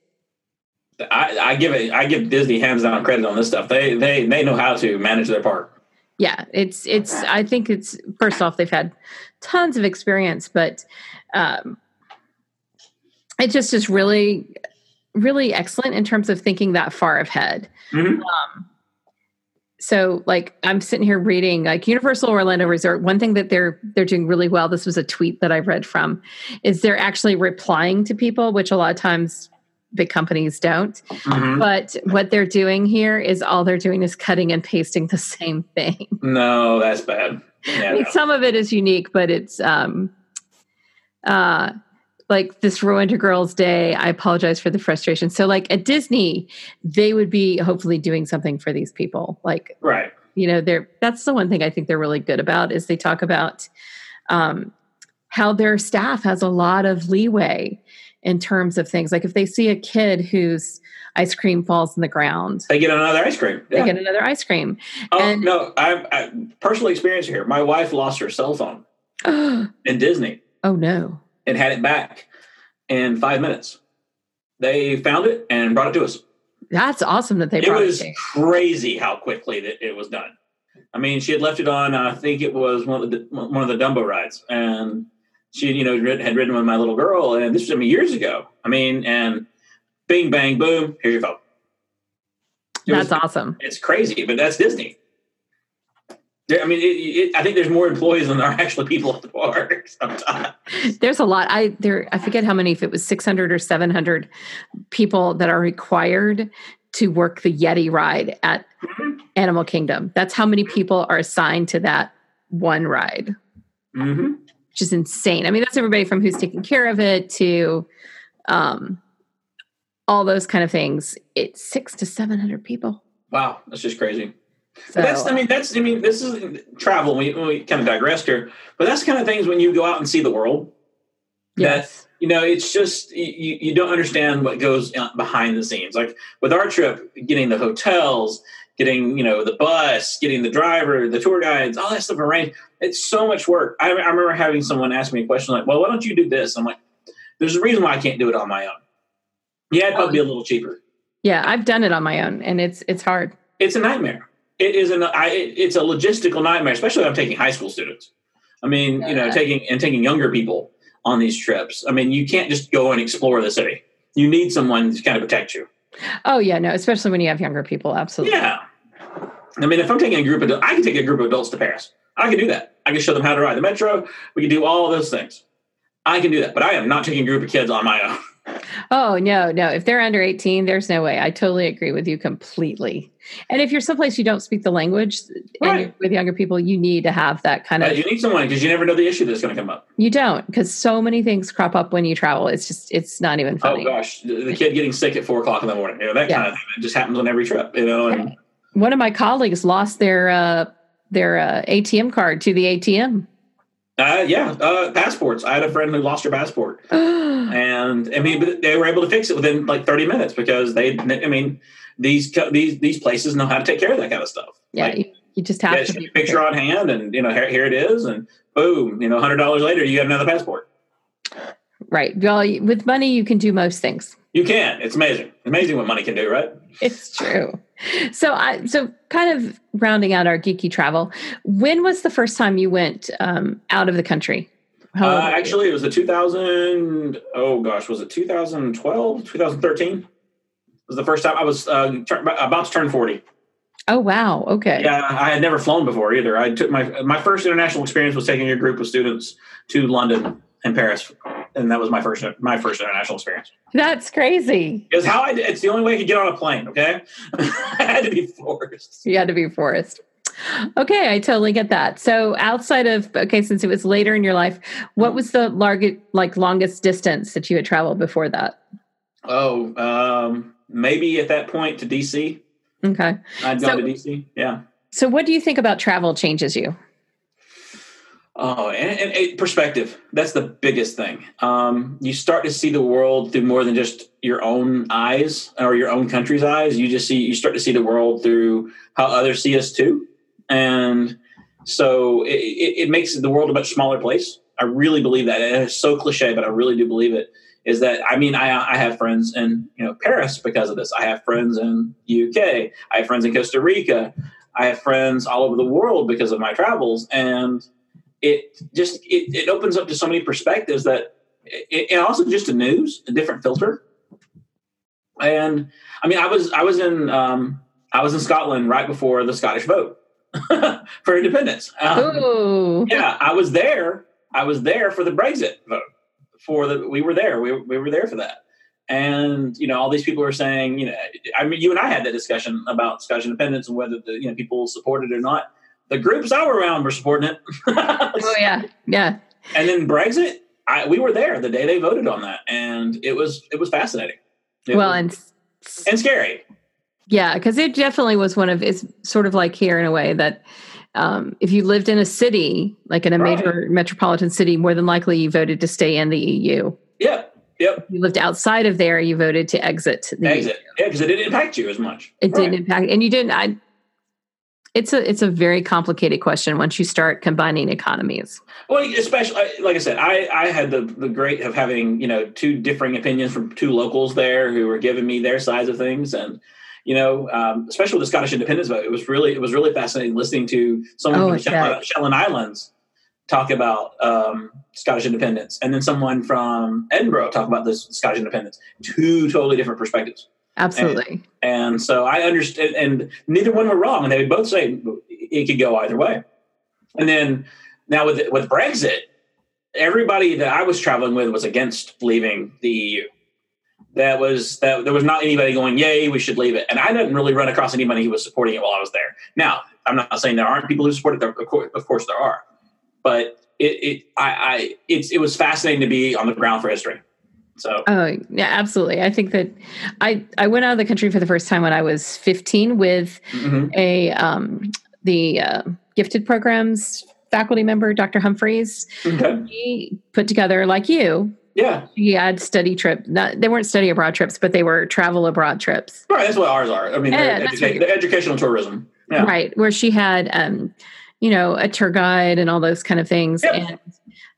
Speaker 1: I, I give it. I give Disney hands down credit on this stuff. They they they know how to manage their park.
Speaker 2: Yeah, it's it's. I think it's first off they've had tons of experience, but um, it just is really, really excellent in terms of thinking that far ahead. Um,
Speaker 1: Mhm.
Speaker 2: so like i'm sitting here reading like universal orlando resort one thing that they're they're doing really well this was a tweet that i read from is they're actually replying to people which a lot of times big companies don't
Speaker 1: Mhm.
Speaker 2: but what they're doing here is all they're doing is cutting and pasting the same thing
Speaker 1: No, that's bad. Yeah,
Speaker 2: I mean,
Speaker 1: no.
Speaker 2: some of it is unique but it's um uh like this ruined a girl's day i apologize for the frustration so like at disney they would be hopefully doing something for these people like
Speaker 1: Right.
Speaker 2: you know they're that's the one thing i think they're really good about is they talk about um, how their staff has a lot of leeway in terms of things like if they see a kid whose ice cream falls in the ground
Speaker 1: They get another ice cream.
Speaker 2: they
Speaker 1: Yeah.
Speaker 2: get another ice cream
Speaker 1: oh
Speaker 2: and-
Speaker 1: no, I, I personal experience here. My wife lost her cell phone
Speaker 2: oh
Speaker 1: in Disney
Speaker 2: no
Speaker 1: and had it back in five minutes. They found it and brought it to us.
Speaker 2: that's awesome that they
Speaker 1: it
Speaker 2: brought
Speaker 1: was
Speaker 2: it
Speaker 1: crazy how quickly that it was done. I mean, she had left it on. I think it was one of the one of the Dumbo rides, and she, you know, rid- had ridden with my little girl, and this was I mean, years ago. I mean, and bing bang boom, here's your phone. It was-
Speaker 2: that's awesome
Speaker 1: It's crazy, but that's Disney. There, I mean, it, it, I think there's more employees than there are actually people at the park sometimes.
Speaker 2: there's a lot i there i forget how many if it was 600 or 700 people that are required to work the yeti ride at animal kingdom that's how many people are assigned to that one ride
Speaker 1: hmm
Speaker 2: which is insane. I mean, that's everybody from who's taking care of it to um, all those kind of things. It's six to seven hundred people.
Speaker 1: Wow, that's just crazy.
Speaker 2: So
Speaker 1: that's I mean that's I mean this is travel. We, we kind of digressed here, but that's the kind of things when you go out and see the world.
Speaker 2: yes,
Speaker 1: You know, it's just you, you don't understand what goes uh, behind the scenes. Like with our trip, getting the hotels, getting you know the bus, getting the driver, the tour guides, all that stuff arranged. It's so much work. I, I remember having someone ask me a question like, "Well, why don't you do this?" I'm like, "There's a reason why I can't do it on my own." Yeah, it'd probably be a little cheaper.
Speaker 2: yeah, I've done it on my own, and it's it's hard.
Speaker 1: it's a nightmare. It is an I, it- it's a logistical nightmare, especially when I'm taking high school students. I mean, you know,
Speaker 2: Yeah.
Speaker 1: taking and taking younger people on these trips. I mean, you can't just go and explore the city. You need someone to kind of protect you.
Speaker 2: Oh yeah, no, especially when you have younger people. Absolutely.
Speaker 1: Yeah. I mean, if I'm taking a group of, I can take a group of adults to Paris. I can do that. I can show them how to ride the metro. We can do all those things. I can do that, but I am not taking a group of kids on my own.
Speaker 2: Oh no, no. If they're under 18, there's no way. I totally agree with you completely. And if you're someplace you don't speak the language and
Speaker 1: Right.
Speaker 2: you're with younger people, you need to have that kind
Speaker 1: Uh,
Speaker 2: of
Speaker 1: you need someone because you never know the issue that's going to come up.
Speaker 2: you don't because so many things crop up when you travel. It's just it's not even
Speaker 1: Oh
Speaker 2: funny.
Speaker 1: gosh, the the kid getting sick at four o'clock in the morning. You know that
Speaker 2: Yeah.
Speaker 1: kind of thing. It just happens on every trip. You know, and
Speaker 2: One of my colleagues lost their uh their uh, ATM card to the ATM.
Speaker 1: uh, yeah, uh, passports. I had a friend who lost her passport. and I mean, but they were able to fix it within like 30 minutes because they, I mean, these co- these these places know how to take care of that kind of stuff.
Speaker 2: yeah,
Speaker 1: Like,
Speaker 2: you, you just
Speaker 1: yeah,
Speaker 2: have
Speaker 1: it's
Speaker 2: to
Speaker 1: just a
Speaker 2: be
Speaker 1: picture on hand, and you know, here, here it is, and boom, you know, hundred dollars later, you got another passport.
Speaker 2: right. Well, you- with money you can do most things.
Speaker 1: You can. It's amazing. Amazing what money can do, right? Uh,
Speaker 2: It's true. So I so kind of rounding out our geeky travel. When was the first time you went um, out of the country? How old
Speaker 1: Uh,
Speaker 2: were you?
Speaker 1: actually, it was the 2000. Oh gosh, was it 2012, 2013? Was the first time I was uh, tur- about to turn 40.
Speaker 2: Oh wow. Okay.
Speaker 1: Yeah, I had never flown before either. I took my my first international experience was taking a group of students to London and Paris, and that was my first my first international experience.
Speaker 2: That's crazy.
Speaker 1: It's how I did, it's the only way I could get on a plane. Okay, I had to be forced.
Speaker 2: You had to be forced. Okay, I totally get that. So outside of okay, since it was later in your life, what was the largest like longest distance that you had traveled before that?
Speaker 1: Oh, um, maybe at that point to DC.
Speaker 2: Okay.
Speaker 1: I'd
Speaker 2: So-
Speaker 1: gone to DC. Yeah.
Speaker 2: So what do you think about travel changes you?
Speaker 1: Oh, and, and, and perspective. That's the biggest thing. Um, you start to see the world through more than just your own eyes or your own country's eyes. You just see, you start to see the world through how others see us too. And so it, it, it makes the world a much smaller place. I really believe that. And it's so cliche, but I really do believe it. Is that I mean I I have friends in you know Paris because of this. I have friends in UK. I have friends in Costa Rica. I have friends all over the world because of my travels. And it just it, it opens up to so many perspectives that it, and also just the news a different filter and i mean i was i was in um i was in scotland right before the scottish vote for independence Um,
Speaker 2: Oh,
Speaker 1: yeah i was there i was there for the brexit vote for the we were there we, we were there for that and you know all these people were saying you know i mean you and i had that discussion about scottish independence and whether the you know people supported it or not the groups i were around were supporting it
Speaker 2: oh yeah, yeah.
Speaker 1: and then Brexit, I, we were there the day they voted on that, and it was it was fascinating. It
Speaker 2: well,
Speaker 1: was-
Speaker 2: and
Speaker 1: and scary.
Speaker 2: Yeah, because it definitely was one of it's sort of like here in a way that um, if you lived in a city, like in a
Speaker 1: Right.
Speaker 2: major metropolitan city, more than likely you voted to stay in the EU.
Speaker 1: Yep, yep.
Speaker 2: If you lived outside of there, you voted to exit the EU.
Speaker 1: Exit. Yeah, because it didn't impact you as much.
Speaker 2: It
Speaker 1: Right.
Speaker 2: didn't impact, and you didn't. I, it's a it's a very complicated question once you start combining economies.
Speaker 1: Well, especially I- like I said, I, I had the, the great of having you know two differing opinions from two locals there who were giving me their sides of things, and you know, um, especially with the Scottish independence vote, it was really it was really fascinating listening to someone
Speaker 2: Oh,
Speaker 1: from
Speaker 2: I
Speaker 1: the Shetland, Shetland Islands talk about um, Scottish independence, and then someone from Edinburgh talk about this Scottish independence. Two totally different perspectives.
Speaker 2: Absolutely,
Speaker 1: And so I understand, and neither one were wrong, and they would both say it could go either way. And then now with with Brexit, everybody that I was traveling with was against leaving the EU. That was that there was not anybody going, "Yay, we should leave it." And I didn't really run across anybody who was supporting it while I was there. Now I'm not saying there aren't people who support it. There, of course, of course there are, but it it I, I it's it was fascinating to be on the ground for history. So
Speaker 2: Oh yeah, absolutely. I think that I I went out of the country for the first time when I was 15 with
Speaker 1: mhm.
Speaker 2: a um, the uh, gifted programs faculty member dr humphreys
Speaker 1: okay,
Speaker 2: he put together like you
Speaker 1: yeah,
Speaker 2: he had study trip not, they weren't study abroad trips but they were travel abroad trips
Speaker 1: right. That's what ours are. I mean, they're,
Speaker 2: Yeah, that's
Speaker 1: educa-
Speaker 2: what-
Speaker 1: they're educational tourism. Yeah.
Speaker 2: right where she had um you know a tour guide and all those kind of things
Speaker 1: Yep.
Speaker 2: and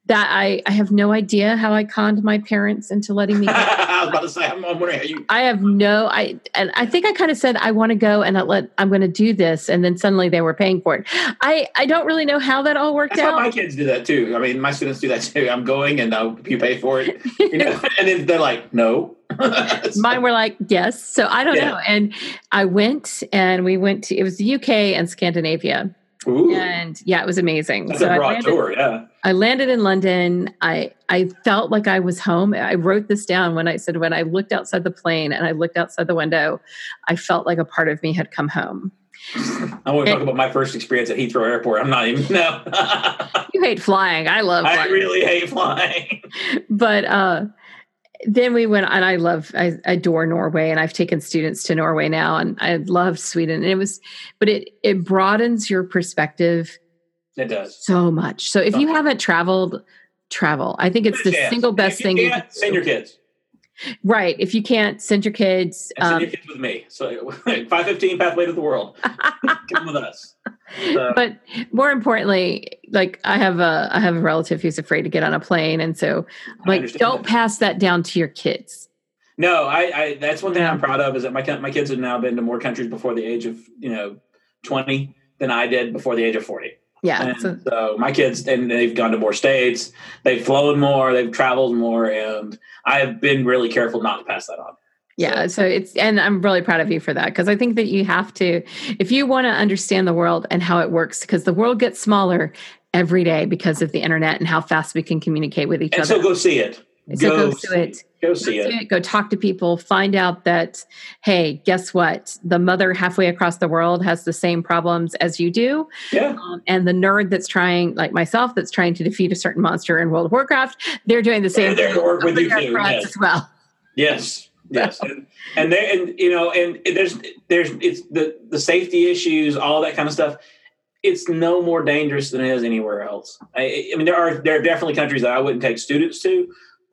Speaker 2: that i i have no idea how i conned my parents into letting me go.
Speaker 1: I was about to say, I'm, I'm wondering how you.
Speaker 2: I have no I and I think I kind of said I want to go and I let I'm going to do this and then suddenly they were paying for it. I I don't really know how that all worked
Speaker 1: That's how
Speaker 2: out.
Speaker 1: my kids do that too. I mean, my students do that too. I'm going, and uh, you pay for it, you know? and then they're like, "No." So-
Speaker 2: mine were like yes so i don't
Speaker 1: Yeah.
Speaker 2: know and i went and we went to it was the uk and scandinavia
Speaker 1: Ooh,
Speaker 2: and yeah, it was amazing.
Speaker 1: that's
Speaker 2: so
Speaker 1: a
Speaker 2: I
Speaker 1: broad
Speaker 2: landed,
Speaker 1: tour. Yeah.
Speaker 2: I landed in London. I I felt like I was home. I wrote this down when I said when I looked outside the plane and I looked outside the window, I felt like a part of me had come home.
Speaker 1: I want to talk
Speaker 2: And-
Speaker 1: about my first experience at Heathrow Airport. I'm not even no. I
Speaker 2: You hate flying. I love flying.
Speaker 1: really hate flying.
Speaker 2: but uh then we went and i love i adore norway and i've taken students to norway now and i love sweden and it was but it it broadens your perspective
Speaker 1: It does.
Speaker 2: so much so if you
Speaker 1: Okay.
Speaker 2: haven't traveled travel i think it's the
Speaker 1: Chance.
Speaker 2: single
Speaker 1: If
Speaker 2: best
Speaker 1: you
Speaker 2: thing you
Speaker 1: can't,
Speaker 2: can
Speaker 1: Send
Speaker 2: do.
Speaker 1: your kids.
Speaker 2: right if you can't send your kids
Speaker 1: And send
Speaker 2: um,
Speaker 1: your kids with me. So 515 pathway to the world. Come with us. So-
Speaker 2: but more importantly like i have a i have a relative who's afraid to get on a plane and so
Speaker 1: I
Speaker 2: like
Speaker 1: understand
Speaker 2: don't
Speaker 1: that.
Speaker 2: pass that down to your kids
Speaker 1: No, I, I that's one thing
Speaker 2: Yeah.
Speaker 1: I'm proud of is that my ki- my kids have now been to more countries before the age of you know twenty than I did before the age of forty.
Speaker 2: yeah
Speaker 1: And
Speaker 2: so,
Speaker 1: so, my kids and they've gone to more states, they've flown more, they've traveled more, and I have been really careful not to pass that on.
Speaker 2: Yeah, so it's and I'm really proud of you for that because I think that you have to if you want to understand the world and how it works because the world gets smaller every day because of the internet and how fast we can communicate with each
Speaker 1: And
Speaker 2: other.
Speaker 1: so go see it.
Speaker 2: So go to
Speaker 1: see
Speaker 2: it.
Speaker 1: Go
Speaker 2: Go
Speaker 1: see
Speaker 2: to
Speaker 1: it.
Speaker 2: it, Go talk to people, find out that hey, guess what? The mother halfway across the world has the same problems as you do
Speaker 1: Yeah,
Speaker 2: um, and the nerd that's trying, like myself, that's trying to defeat a certain monster in World of Warcraft, they're doing the same
Speaker 1: They're there to work with
Speaker 2: over
Speaker 1: you
Speaker 2: there
Speaker 1: too,
Speaker 2: across
Speaker 1: yes.
Speaker 2: as well.
Speaker 1: yes, yes, and and, they, and you know, and there's there's it's the the safety issues, all that kind of stuff. It's no more dangerous than it is anywhere else. I, I mean, there are there are definitely countries that I wouldn't take students to.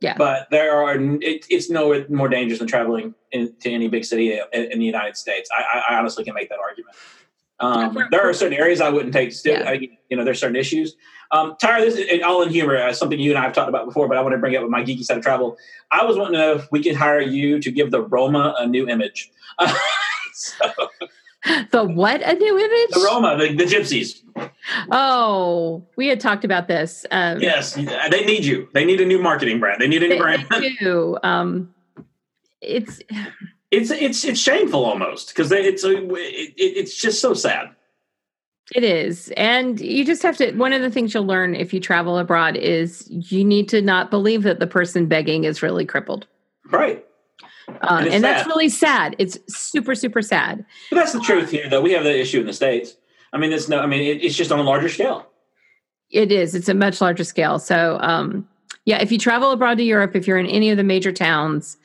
Speaker 2: Yeah.
Speaker 1: But there are it, it's no more dangerous than traveling in, to any big city in, in the United States. I, I- I honestly can make that argument.
Speaker 2: Yeah,
Speaker 1: Um,
Speaker 2: we're-
Speaker 1: there are certain areas I wouldn't take. Stu-
Speaker 2: Yeah.
Speaker 1: I, you know, there's certain issues. Um, Tyra, this is and all in humor. Uh, something you and I have talked about before, but I want to bring up with my geeky side of travel. I was wanting to know if we could hire you to give the Roma a new image. So,
Speaker 2: The what? A new image?
Speaker 1: the Roma, the, the gypsies.
Speaker 2: Oh, we had talked about this. Um,
Speaker 1: Yes, they need you. They need a new marketing brand. They need a new
Speaker 2: they-
Speaker 1: brand.
Speaker 2: they do. Um, it's
Speaker 1: It's it's it's shameful almost because it's a, it, it's just so sad.
Speaker 2: it is, and you just have to. One of the things you'll learn if you travel abroad is you need to not believe that the person begging is really crippled,
Speaker 1: Right.
Speaker 2: um,
Speaker 1: it's
Speaker 2: and that's
Speaker 1: sad.
Speaker 2: really sad. It's super super sad.
Speaker 1: But that's the truth here, though. We have that issue in the States. I mean, it's no, I mean, it, it's just on a larger scale.
Speaker 2: It is. It's a much larger scale. So, um, yeah, if you travel abroad to Europe, if you're in any of the major towns,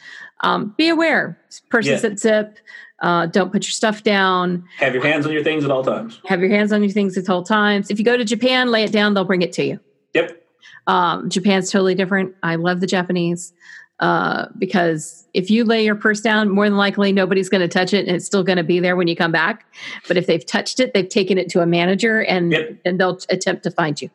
Speaker 2: um, be aware. Purses
Speaker 1: Yeah.
Speaker 2: that zip. Uh, don't put your stuff down.
Speaker 1: Have your hands on your things at all times.
Speaker 2: Have your hands on your things at all times. If you go to Japan, lay it down. They'll bring it to you.
Speaker 1: Yep.
Speaker 2: Um, Japan's totally different. I love the Japanese uh, because if you lay your purse down, more than likely nobody's going to touch it, and it's still going to be there when you come back. But if they've touched it, they've taken it to a manager, and
Speaker 1: Yep.
Speaker 2: and they'll attempt to find you.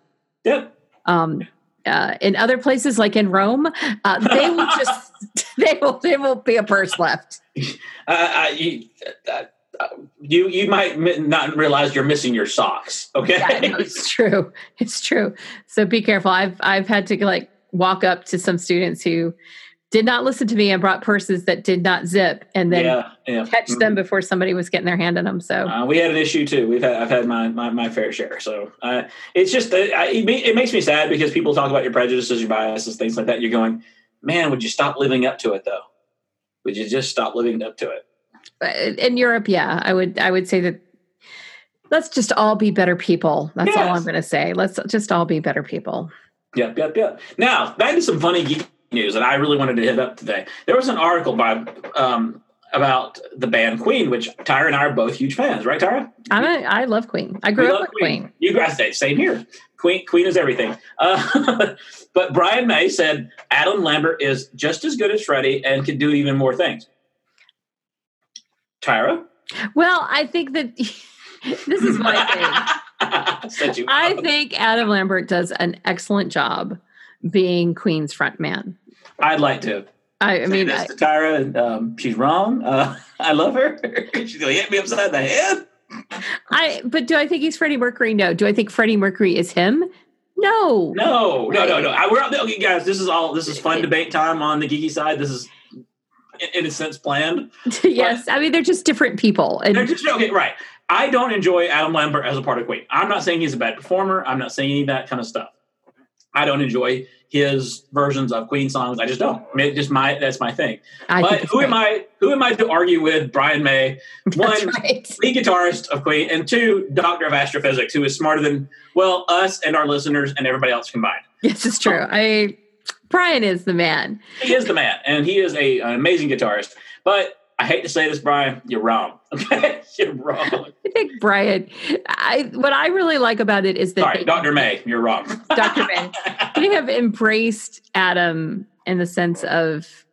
Speaker 1: Yep.
Speaker 2: Um, uh, in other places, like in Rome, uh, they will just they will they won't be a purse left.
Speaker 1: I, I, you, uh, uh, you you might mi- not realize you're missing your socks. Okay.
Speaker 2: yeah, no, it's true. It's true. So be careful. I've I've had to like walk up to some students who did not listen to me and brought purses that did not zip and then
Speaker 1: yeah. Mm-hmm. yeah.
Speaker 2: catch them before somebody was getting their hand in them. So
Speaker 1: Uh, we had an issue too. We've had I've had my my, my fair share. So uh, it's just uh, I, it, ma- it makes me sad because people talk about your prejudices, your biases, things like that. You're going, man, would you stop living up to it though? Would you just stop living up to it?
Speaker 2: but in Europe, yeah, I would I would say that let's just all be better people. That's all
Speaker 1: Yes.
Speaker 2: I'm going to say. Let's just all be better people.
Speaker 1: Yep, yep, yep. Now back to some funny geek news that I really wanted to hit up today. There was an article by um, about the band Queen, which Tyra and I are both huge fans, right, Tyra?
Speaker 2: I'm a, I love Queen. I grew
Speaker 1: We
Speaker 2: up
Speaker 1: love
Speaker 2: with Queen.
Speaker 1: You guys, say same here. Queen, Queen is everything. Uh, but Brian May said Adam Lambert is just as good as Freddie and can do even more things. Tyra,
Speaker 2: Well, I think that this is my thing.
Speaker 1: Set you
Speaker 2: I
Speaker 1: up.
Speaker 2: think Adam Lambert does an excellent job being Queen's front man.
Speaker 1: I'd like to.
Speaker 2: I, I mean,
Speaker 1: this
Speaker 2: I,
Speaker 1: to Tyra, and, um, she's wrong. Uh, I love her. she's gonna hit me upside the head.
Speaker 2: I but do I think he's Freddie Mercury? No. Do I think Freddie Mercury is him? No.
Speaker 1: No, no, no, no. I, we're okay, guys. This is all. This is fun debate time on the geeky side. This is in a sense planned.
Speaker 2: yes, I mean they're just different people. And
Speaker 1: They're just okay, right? I don't enjoy Adam Lambert as a part of Queen. I'm not saying he's a bad performer. I'm not saying any of that kind of stuff. I don't enjoy his versions of Queen songs. I just don't. I mean, it just my that's my thing.
Speaker 2: I
Speaker 1: but
Speaker 2: think it's
Speaker 1: who am
Speaker 2: great.
Speaker 1: I? Who am I to argue with Brian May?
Speaker 2: That's
Speaker 1: One,
Speaker 2: right.
Speaker 1: lead guitarist of Queen, and two, doctor of astrophysics, who is smarter than well us and our listeners and everybody else combined.
Speaker 2: Yes, it's true. I Brian is the man.
Speaker 1: He is the man, and he is a, an amazing guitarist. But I hate to say this, Brian, you're wrong. Okay, you're wrong.
Speaker 2: I think Brian. I what I really like about it is that
Speaker 1: Sorry,
Speaker 2: they-
Speaker 1: Doctor May, you're wrong.
Speaker 2: Dr. May. They have embraced Adam in the sense of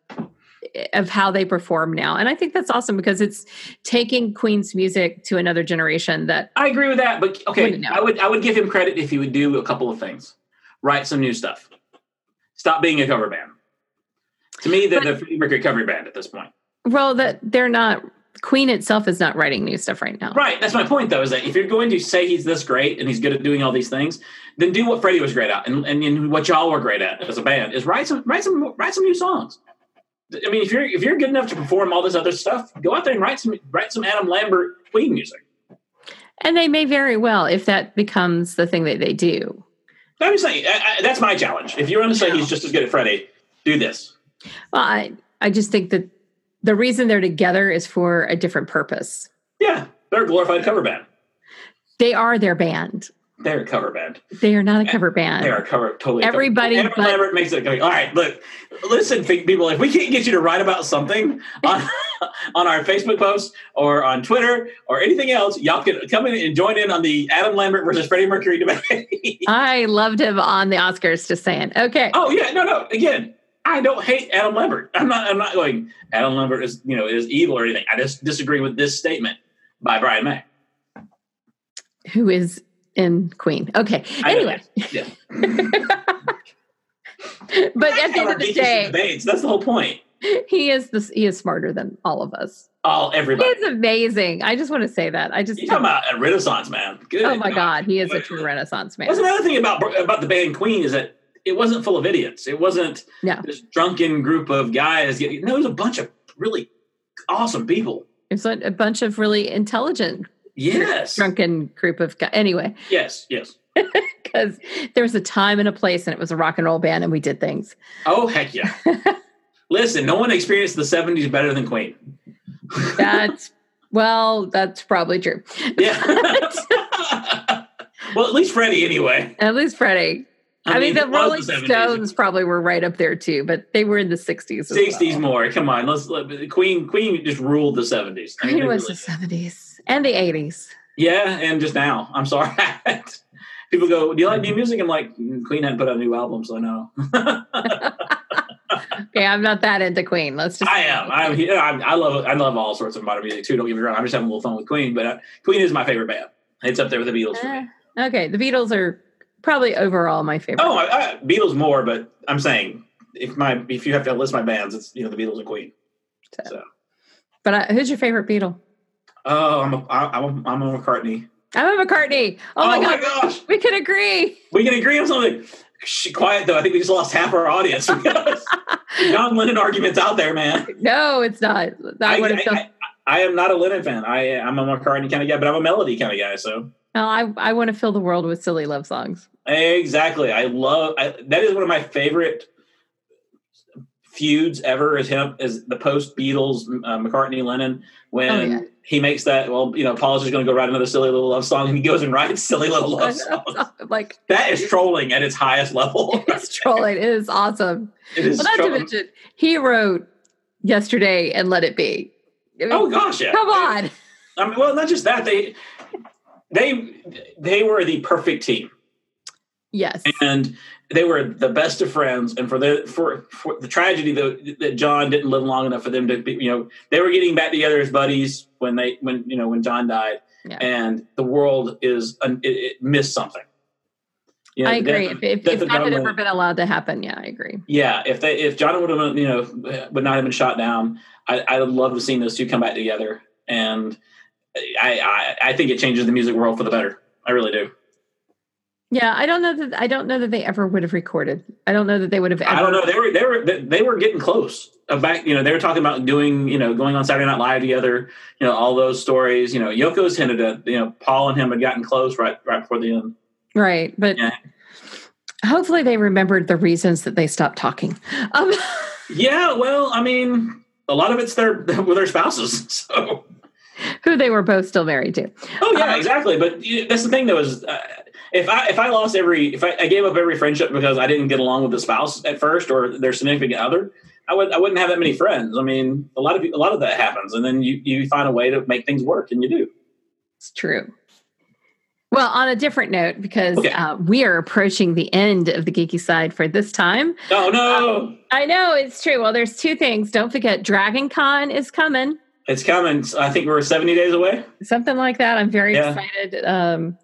Speaker 2: of how they perform now. And I think that's awesome because it's taking Queen's music to another generation that
Speaker 1: I agree with that, but okay,
Speaker 2: Wouldn't know.
Speaker 1: I would I would give him credit if he would do a couple of things, write some new stuff, stop being a cover band. To me, they're the Freddie Mercury cover band at this point.
Speaker 2: well that they're not Queen itself is not writing new stuff right now.
Speaker 1: Right. That's my point, though, is that if you're going to say he's this great and he's good at doing all these things, then do what Freddie was great at and, and, and what y'all were great at as a band is write some write some write some new songs. I mean, if you're if you're good enough to perform all this other stuff, go out there and write some write some Adam Lambert Queen music.
Speaker 2: And they may very well if that becomes the thing that they do.
Speaker 1: I'm just saying I, I, that's my challenge. If you're going to say he's just as good at Freddie, do this.
Speaker 2: Well, I, I just think that the reason they're together is for a different purpose.
Speaker 1: Yeah, they're a glorified cover band.
Speaker 2: They are their band.
Speaker 1: They're a cover band.
Speaker 2: They are not a cover band.
Speaker 1: They are a cover totally. a cover-
Speaker 2: Uh, Everybody
Speaker 1: Adam
Speaker 2: but-
Speaker 1: Lambert makes it. Going, All right, look, listen, think people. If we can't get you to write about something on on our Facebook post or on Twitter or anything else, y'all can come in and join in on the Adam Lambert versus Freddie Mercury debate.
Speaker 2: I loved him on the Oscars just saying. Okay.
Speaker 1: oh yeah, no, no. Again, I don't hate Adam Lambert. I'm not. I'm not going. Adam Lambert is you know is evil or anything. I just disagree with this statement by Brian May.
Speaker 2: who is in Queen. Okay.
Speaker 1: I know.
Speaker 2: Anyway,
Speaker 1: Yeah.
Speaker 2: but at the end of the day,
Speaker 1: debates. That's the whole point.
Speaker 2: he is this he is smarter than all of us.
Speaker 1: All everybody.
Speaker 2: He's amazing. I just want to say that. I just
Speaker 1: You talking about a Renaissance man? Good
Speaker 2: Oh my
Speaker 1: God.
Speaker 2: god, he is a true renaissance man.
Speaker 1: That's another thing about about the band Queen is that it wasn't full of idiots. It wasn't
Speaker 2: No.
Speaker 1: this drunken group of guys. Getting, no, it was a bunch of really awesome people.
Speaker 2: It's a a bunch of really intelligent
Speaker 1: Yes,
Speaker 2: drunken group of guys. Anyway,
Speaker 1: yes, yes.
Speaker 2: because there was a time and a place and it was a rock and roll band and we did things.
Speaker 1: Oh heck yeah! Listen, no one experienced the '70s better than Queen.
Speaker 2: That's well, that's probably true.
Speaker 1: Yeah. well, at least Freddie, anyway.
Speaker 2: At least Freddie. I, mean,
Speaker 1: it
Speaker 2: the
Speaker 1: was
Speaker 2: Rolling
Speaker 1: 70s.
Speaker 2: Stones probably were right up there too, but they were in the 60s. as well.
Speaker 1: 60s more. Come on, let's let, Queen. Queen just ruled the 70s. I mean,
Speaker 2: It
Speaker 1: they
Speaker 2: was
Speaker 1: really
Speaker 2: the
Speaker 1: did.
Speaker 2: 70s and the 80s.
Speaker 1: Yeah, and just now. I'm sorry. People go, Do you like new music? I'm like, "Mm, Queen hadn't put out a new album, so no.
Speaker 2: Okay, I'm not that into Queen. Let's just.
Speaker 1: I am. I'm, you know, I'm, I love I love all sorts of modern music too. Don't get me wrong. I'm just having a little fun with Queen, but uh, Queen is my favorite band. It's up there with the Beatles for
Speaker 2: Eh,
Speaker 1: me.
Speaker 2: okay, the Beatles are probably overall my favorite.
Speaker 1: Oh, I, I, Beatles more, but I'm saying if my if you have to list my bands, it's you know the Beatles and Queen.
Speaker 2: But uh, who's your favorite Beatle?
Speaker 1: Oh, I'm a, I- I'm a, I'm a McCartney.
Speaker 2: I'm a McCartney. Oh, my, God,
Speaker 1: gosh,
Speaker 2: we can agree.
Speaker 1: we can agree on something. Shh, quiet though. I think we just lost half our audience. John Lennon arguments out there, man.
Speaker 2: No, it's not. I,
Speaker 1: I,
Speaker 2: would have.
Speaker 1: I, I, I am not a Lennon fan. I I'm a McCartney kind of guy, but I'm a melody kind of guy. So
Speaker 2: no, I, I want to fill the world with silly love songs.
Speaker 1: exactly, I love I, that is one of my favorite feuds ever. Is him is the post Beatles uh, McCartney Lennon when
Speaker 2: Oh, yeah.
Speaker 1: he makes that. Well, you know, Paul's just going to go write another silly little love song, and he goes and writes silly little love song.
Speaker 2: like
Speaker 1: That is trolling at its highest level.
Speaker 2: it's trolling. It is awesome.
Speaker 1: It is
Speaker 2: Well, not to
Speaker 1: trolling.
Speaker 2: mention, he wrote yesterday and let it be. I mean,
Speaker 1: Oh gosh, yeah.
Speaker 2: come on.
Speaker 1: I mean, well, not just that they they they were the perfect team.
Speaker 2: Yes.
Speaker 1: and they were the best of friends. And for the for, for the tragedy that, that John didn't live long enough for them to be, you know, they were getting back together as buddies when they when you know when John died,
Speaker 2: Yeah.
Speaker 1: and the world is un, it, it missed something. You know,
Speaker 2: I
Speaker 1: the death
Speaker 2: agree.
Speaker 1: of-
Speaker 2: If, if,
Speaker 1: death
Speaker 2: if
Speaker 1: of
Speaker 2: that had
Speaker 1: John
Speaker 2: ever
Speaker 1: Lennon-
Speaker 2: been allowed to happen, yeah, I agree.
Speaker 1: yeah, if they if John would have been, you know would not have been shot down, I, I'd love to have seen those two come back together, and I, I I think it changes the music world for the better. I really do.
Speaker 2: Yeah, I don't know that I don't know that they ever would have recorded. I don't know that they would have. Ever
Speaker 1: I don't know. They were they were they, they were getting close. Uh, Back you know they were talking about doing you know going on Saturday Night Live together. You know all those stories. You know Yoko's hinted at you know Paul and him had gotten close right right before the end.
Speaker 2: Right, but
Speaker 1: Yeah.
Speaker 2: hopefully they remembered the reasons that they stopped talking. Um,
Speaker 1: Yeah, well, I mean, a lot of it's their with their spouses. So,
Speaker 2: who they were both still married to.
Speaker 1: oh yeah,
Speaker 2: Uh-huh.
Speaker 1: exactly. But you- that's the thing, though, is uh, if I if I lost every if I, I gave up every friendship because I didn't get along with the spouse at first or their significant other, I would I wouldn't have that many friends. I mean, a lot of a lot of that happens, and then you you find a way to make things work, and you do.
Speaker 2: It's true. Well, on a different note, because
Speaker 1: Okay.
Speaker 2: uh, we are approaching the end of the geeky side for this time.
Speaker 1: Oh no,
Speaker 2: I know it's true. Well, there's two things. Don't forget, Dragon Con is coming.
Speaker 1: it's coming. I think we're seventy days away.
Speaker 2: something like that. I'm very
Speaker 1: Yeah.
Speaker 2: excited. Um,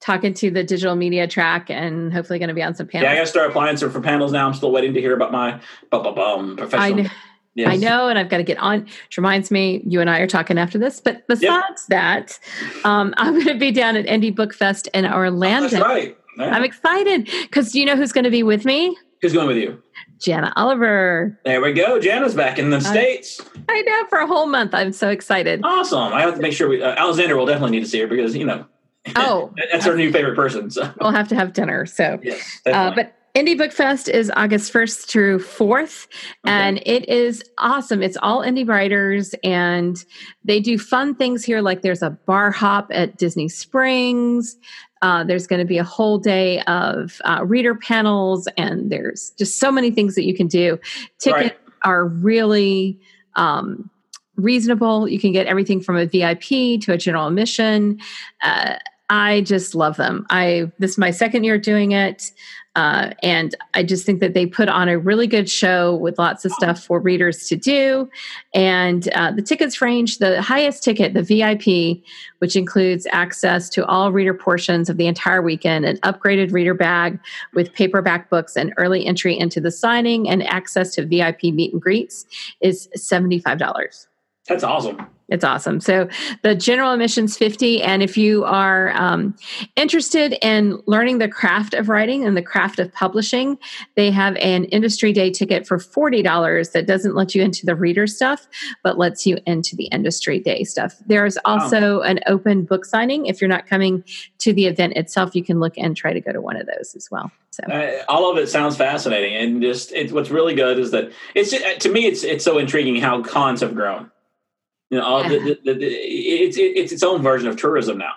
Speaker 2: talking to the digital media track and hopefully going to be on some
Speaker 1: Yeah, I
Speaker 2: panels.
Speaker 1: gotta start applying for panels now. I'm still waiting to hear about my bum bum bum
Speaker 2: I,
Speaker 1: professional.
Speaker 2: kn- I know, and I've got to get on. Which reminds me, you and I are talking after this. But besides that, um, I'm going to be down at Indie Book Fest in Orlando.
Speaker 1: That's right.
Speaker 2: I'm excited because do you know who's going to be with me?
Speaker 1: Who's going with you?
Speaker 2: Jana Oliver.
Speaker 1: There we go. Jana's back
Speaker 2: Uh,
Speaker 1: in the states.
Speaker 2: I know for a whole month. I'm so excited.
Speaker 1: Awesome. I have to make sure we. Uh, Alexander will definitely need to see her because you know
Speaker 2: Oh,
Speaker 1: that- that's her new favorite person. So
Speaker 2: we'll have to have dinner. So
Speaker 1: yes,
Speaker 2: Uh,
Speaker 1: definitely.
Speaker 2: but Indie Book Fest is August 1st through 4th,
Speaker 1: Okay.
Speaker 2: and it is awesome. It's all indie writers, and they do fun things here, like there's a bar hop at Disney Springs. Uh, there's going to be a whole day of uh, reader panels, and there's just so many things that you can do. Tickets
Speaker 1: Right.
Speaker 2: are really um, reasonable. You can get everything from a VIP to a general admission. Uh, I just love them. I this is my second year doing it, uh, and I just think that they put on a really good show with lots of stuff for readers to do. And uh, the tickets range the highest ticket, the VIP, which includes access to all reader portions of the entire weekend, an upgraded reader bag with paperback books, and early entry into the signing, and access to VIP meet and greets is seventy five dollars.
Speaker 1: that's awesome.
Speaker 2: It's awesome. So the general admission's 50. And if you are um, interested in learning the craft of writing and the craft of publishing, they have an industry day ticket for $40 that doesn't let you into the reader stuff, but lets you into the industry day stuff. There's also an open book signing. If you're not coming to the event itself, you can look and try to go to one of those as well. So
Speaker 1: Uh, all of it sounds fascinating, and just it, what's really good is that it's uh, to me it's it's so intriguing how cons have grown. You know, all the, the, the, the, it's it's its own version of tourism now.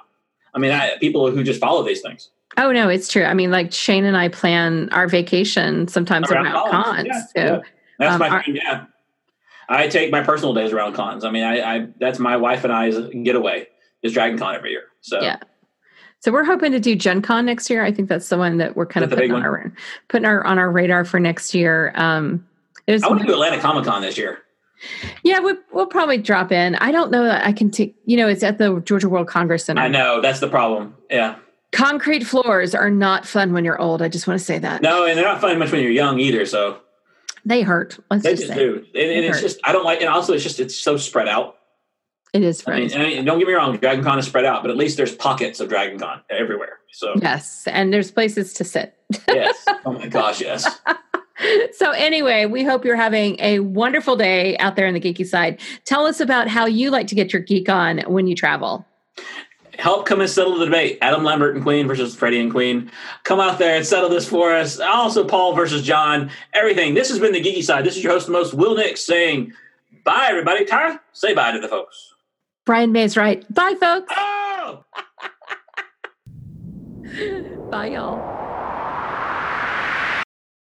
Speaker 1: I mean, I, people who just follow these things.
Speaker 2: Oh no, it's true. I mean, like Shane and I plan our vacation sometimes around, cons.
Speaker 1: Yeah,
Speaker 2: so
Speaker 1: yeah. That's
Speaker 2: um,
Speaker 1: my
Speaker 2: our-
Speaker 1: thing, yeah. I take my personal days around cons. I mean, I, I that's my wife and I's getaway is Dragon Con every year. So
Speaker 2: Yeah. So we're hoping to do Gen Con next year. I think that's the one that we're kind
Speaker 1: That's the
Speaker 2: of putting
Speaker 1: big
Speaker 2: on our putting our on our radar for next year. Um, there's
Speaker 1: I want to do Atlanta Comic Con this year.
Speaker 2: yeah, we, we'll probably drop in. I don't know that I can take. You know, it's at the Georgia World Congress Center.
Speaker 1: I know that's the problem. Yeah,
Speaker 2: Concrete floors are not fun when you're old. I just want to say that
Speaker 1: no, and they're not fun much when you're young either. So
Speaker 2: they hurt. Let's
Speaker 1: they
Speaker 2: just,
Speaker 1: just
Speaker 2: say
Speaker 1: do, and, and it's
Speaker 2: Hurt.
Speaker 1: just I don't like. And also, it's just it's so spread out.
Speaker 2: it is
Speaker 1: I
Speaker 2: fun.
Speaker 1: mean, and, I- and don't get me wrong, Dragon Con is spread out, but at least there's pockets of Dragon Con everywhere. So
Speaker 2: yes, and there's places to sit.
Speaker 1: yes, oh my gosh, yes.
Speaker 2: So, anyway, we hope you're having a wonderful day out there on the geeky side. Tell us about how you like to get your geek on when you travel.
Speaker 1: help come and settle the debate. Adam Lambert and Queen versus Freddie and Queen. Come out there and settle this for us. Also, Paul versus John. Everything. This has been the geeky side. This is your host, the most Will Nix, saying bye, everybody. Tara, say bye to the folks.
Speaker 2: Brian May's right. Bye, folks.
Speaker 1: Oh.
Speaker 2: Bye, y'all.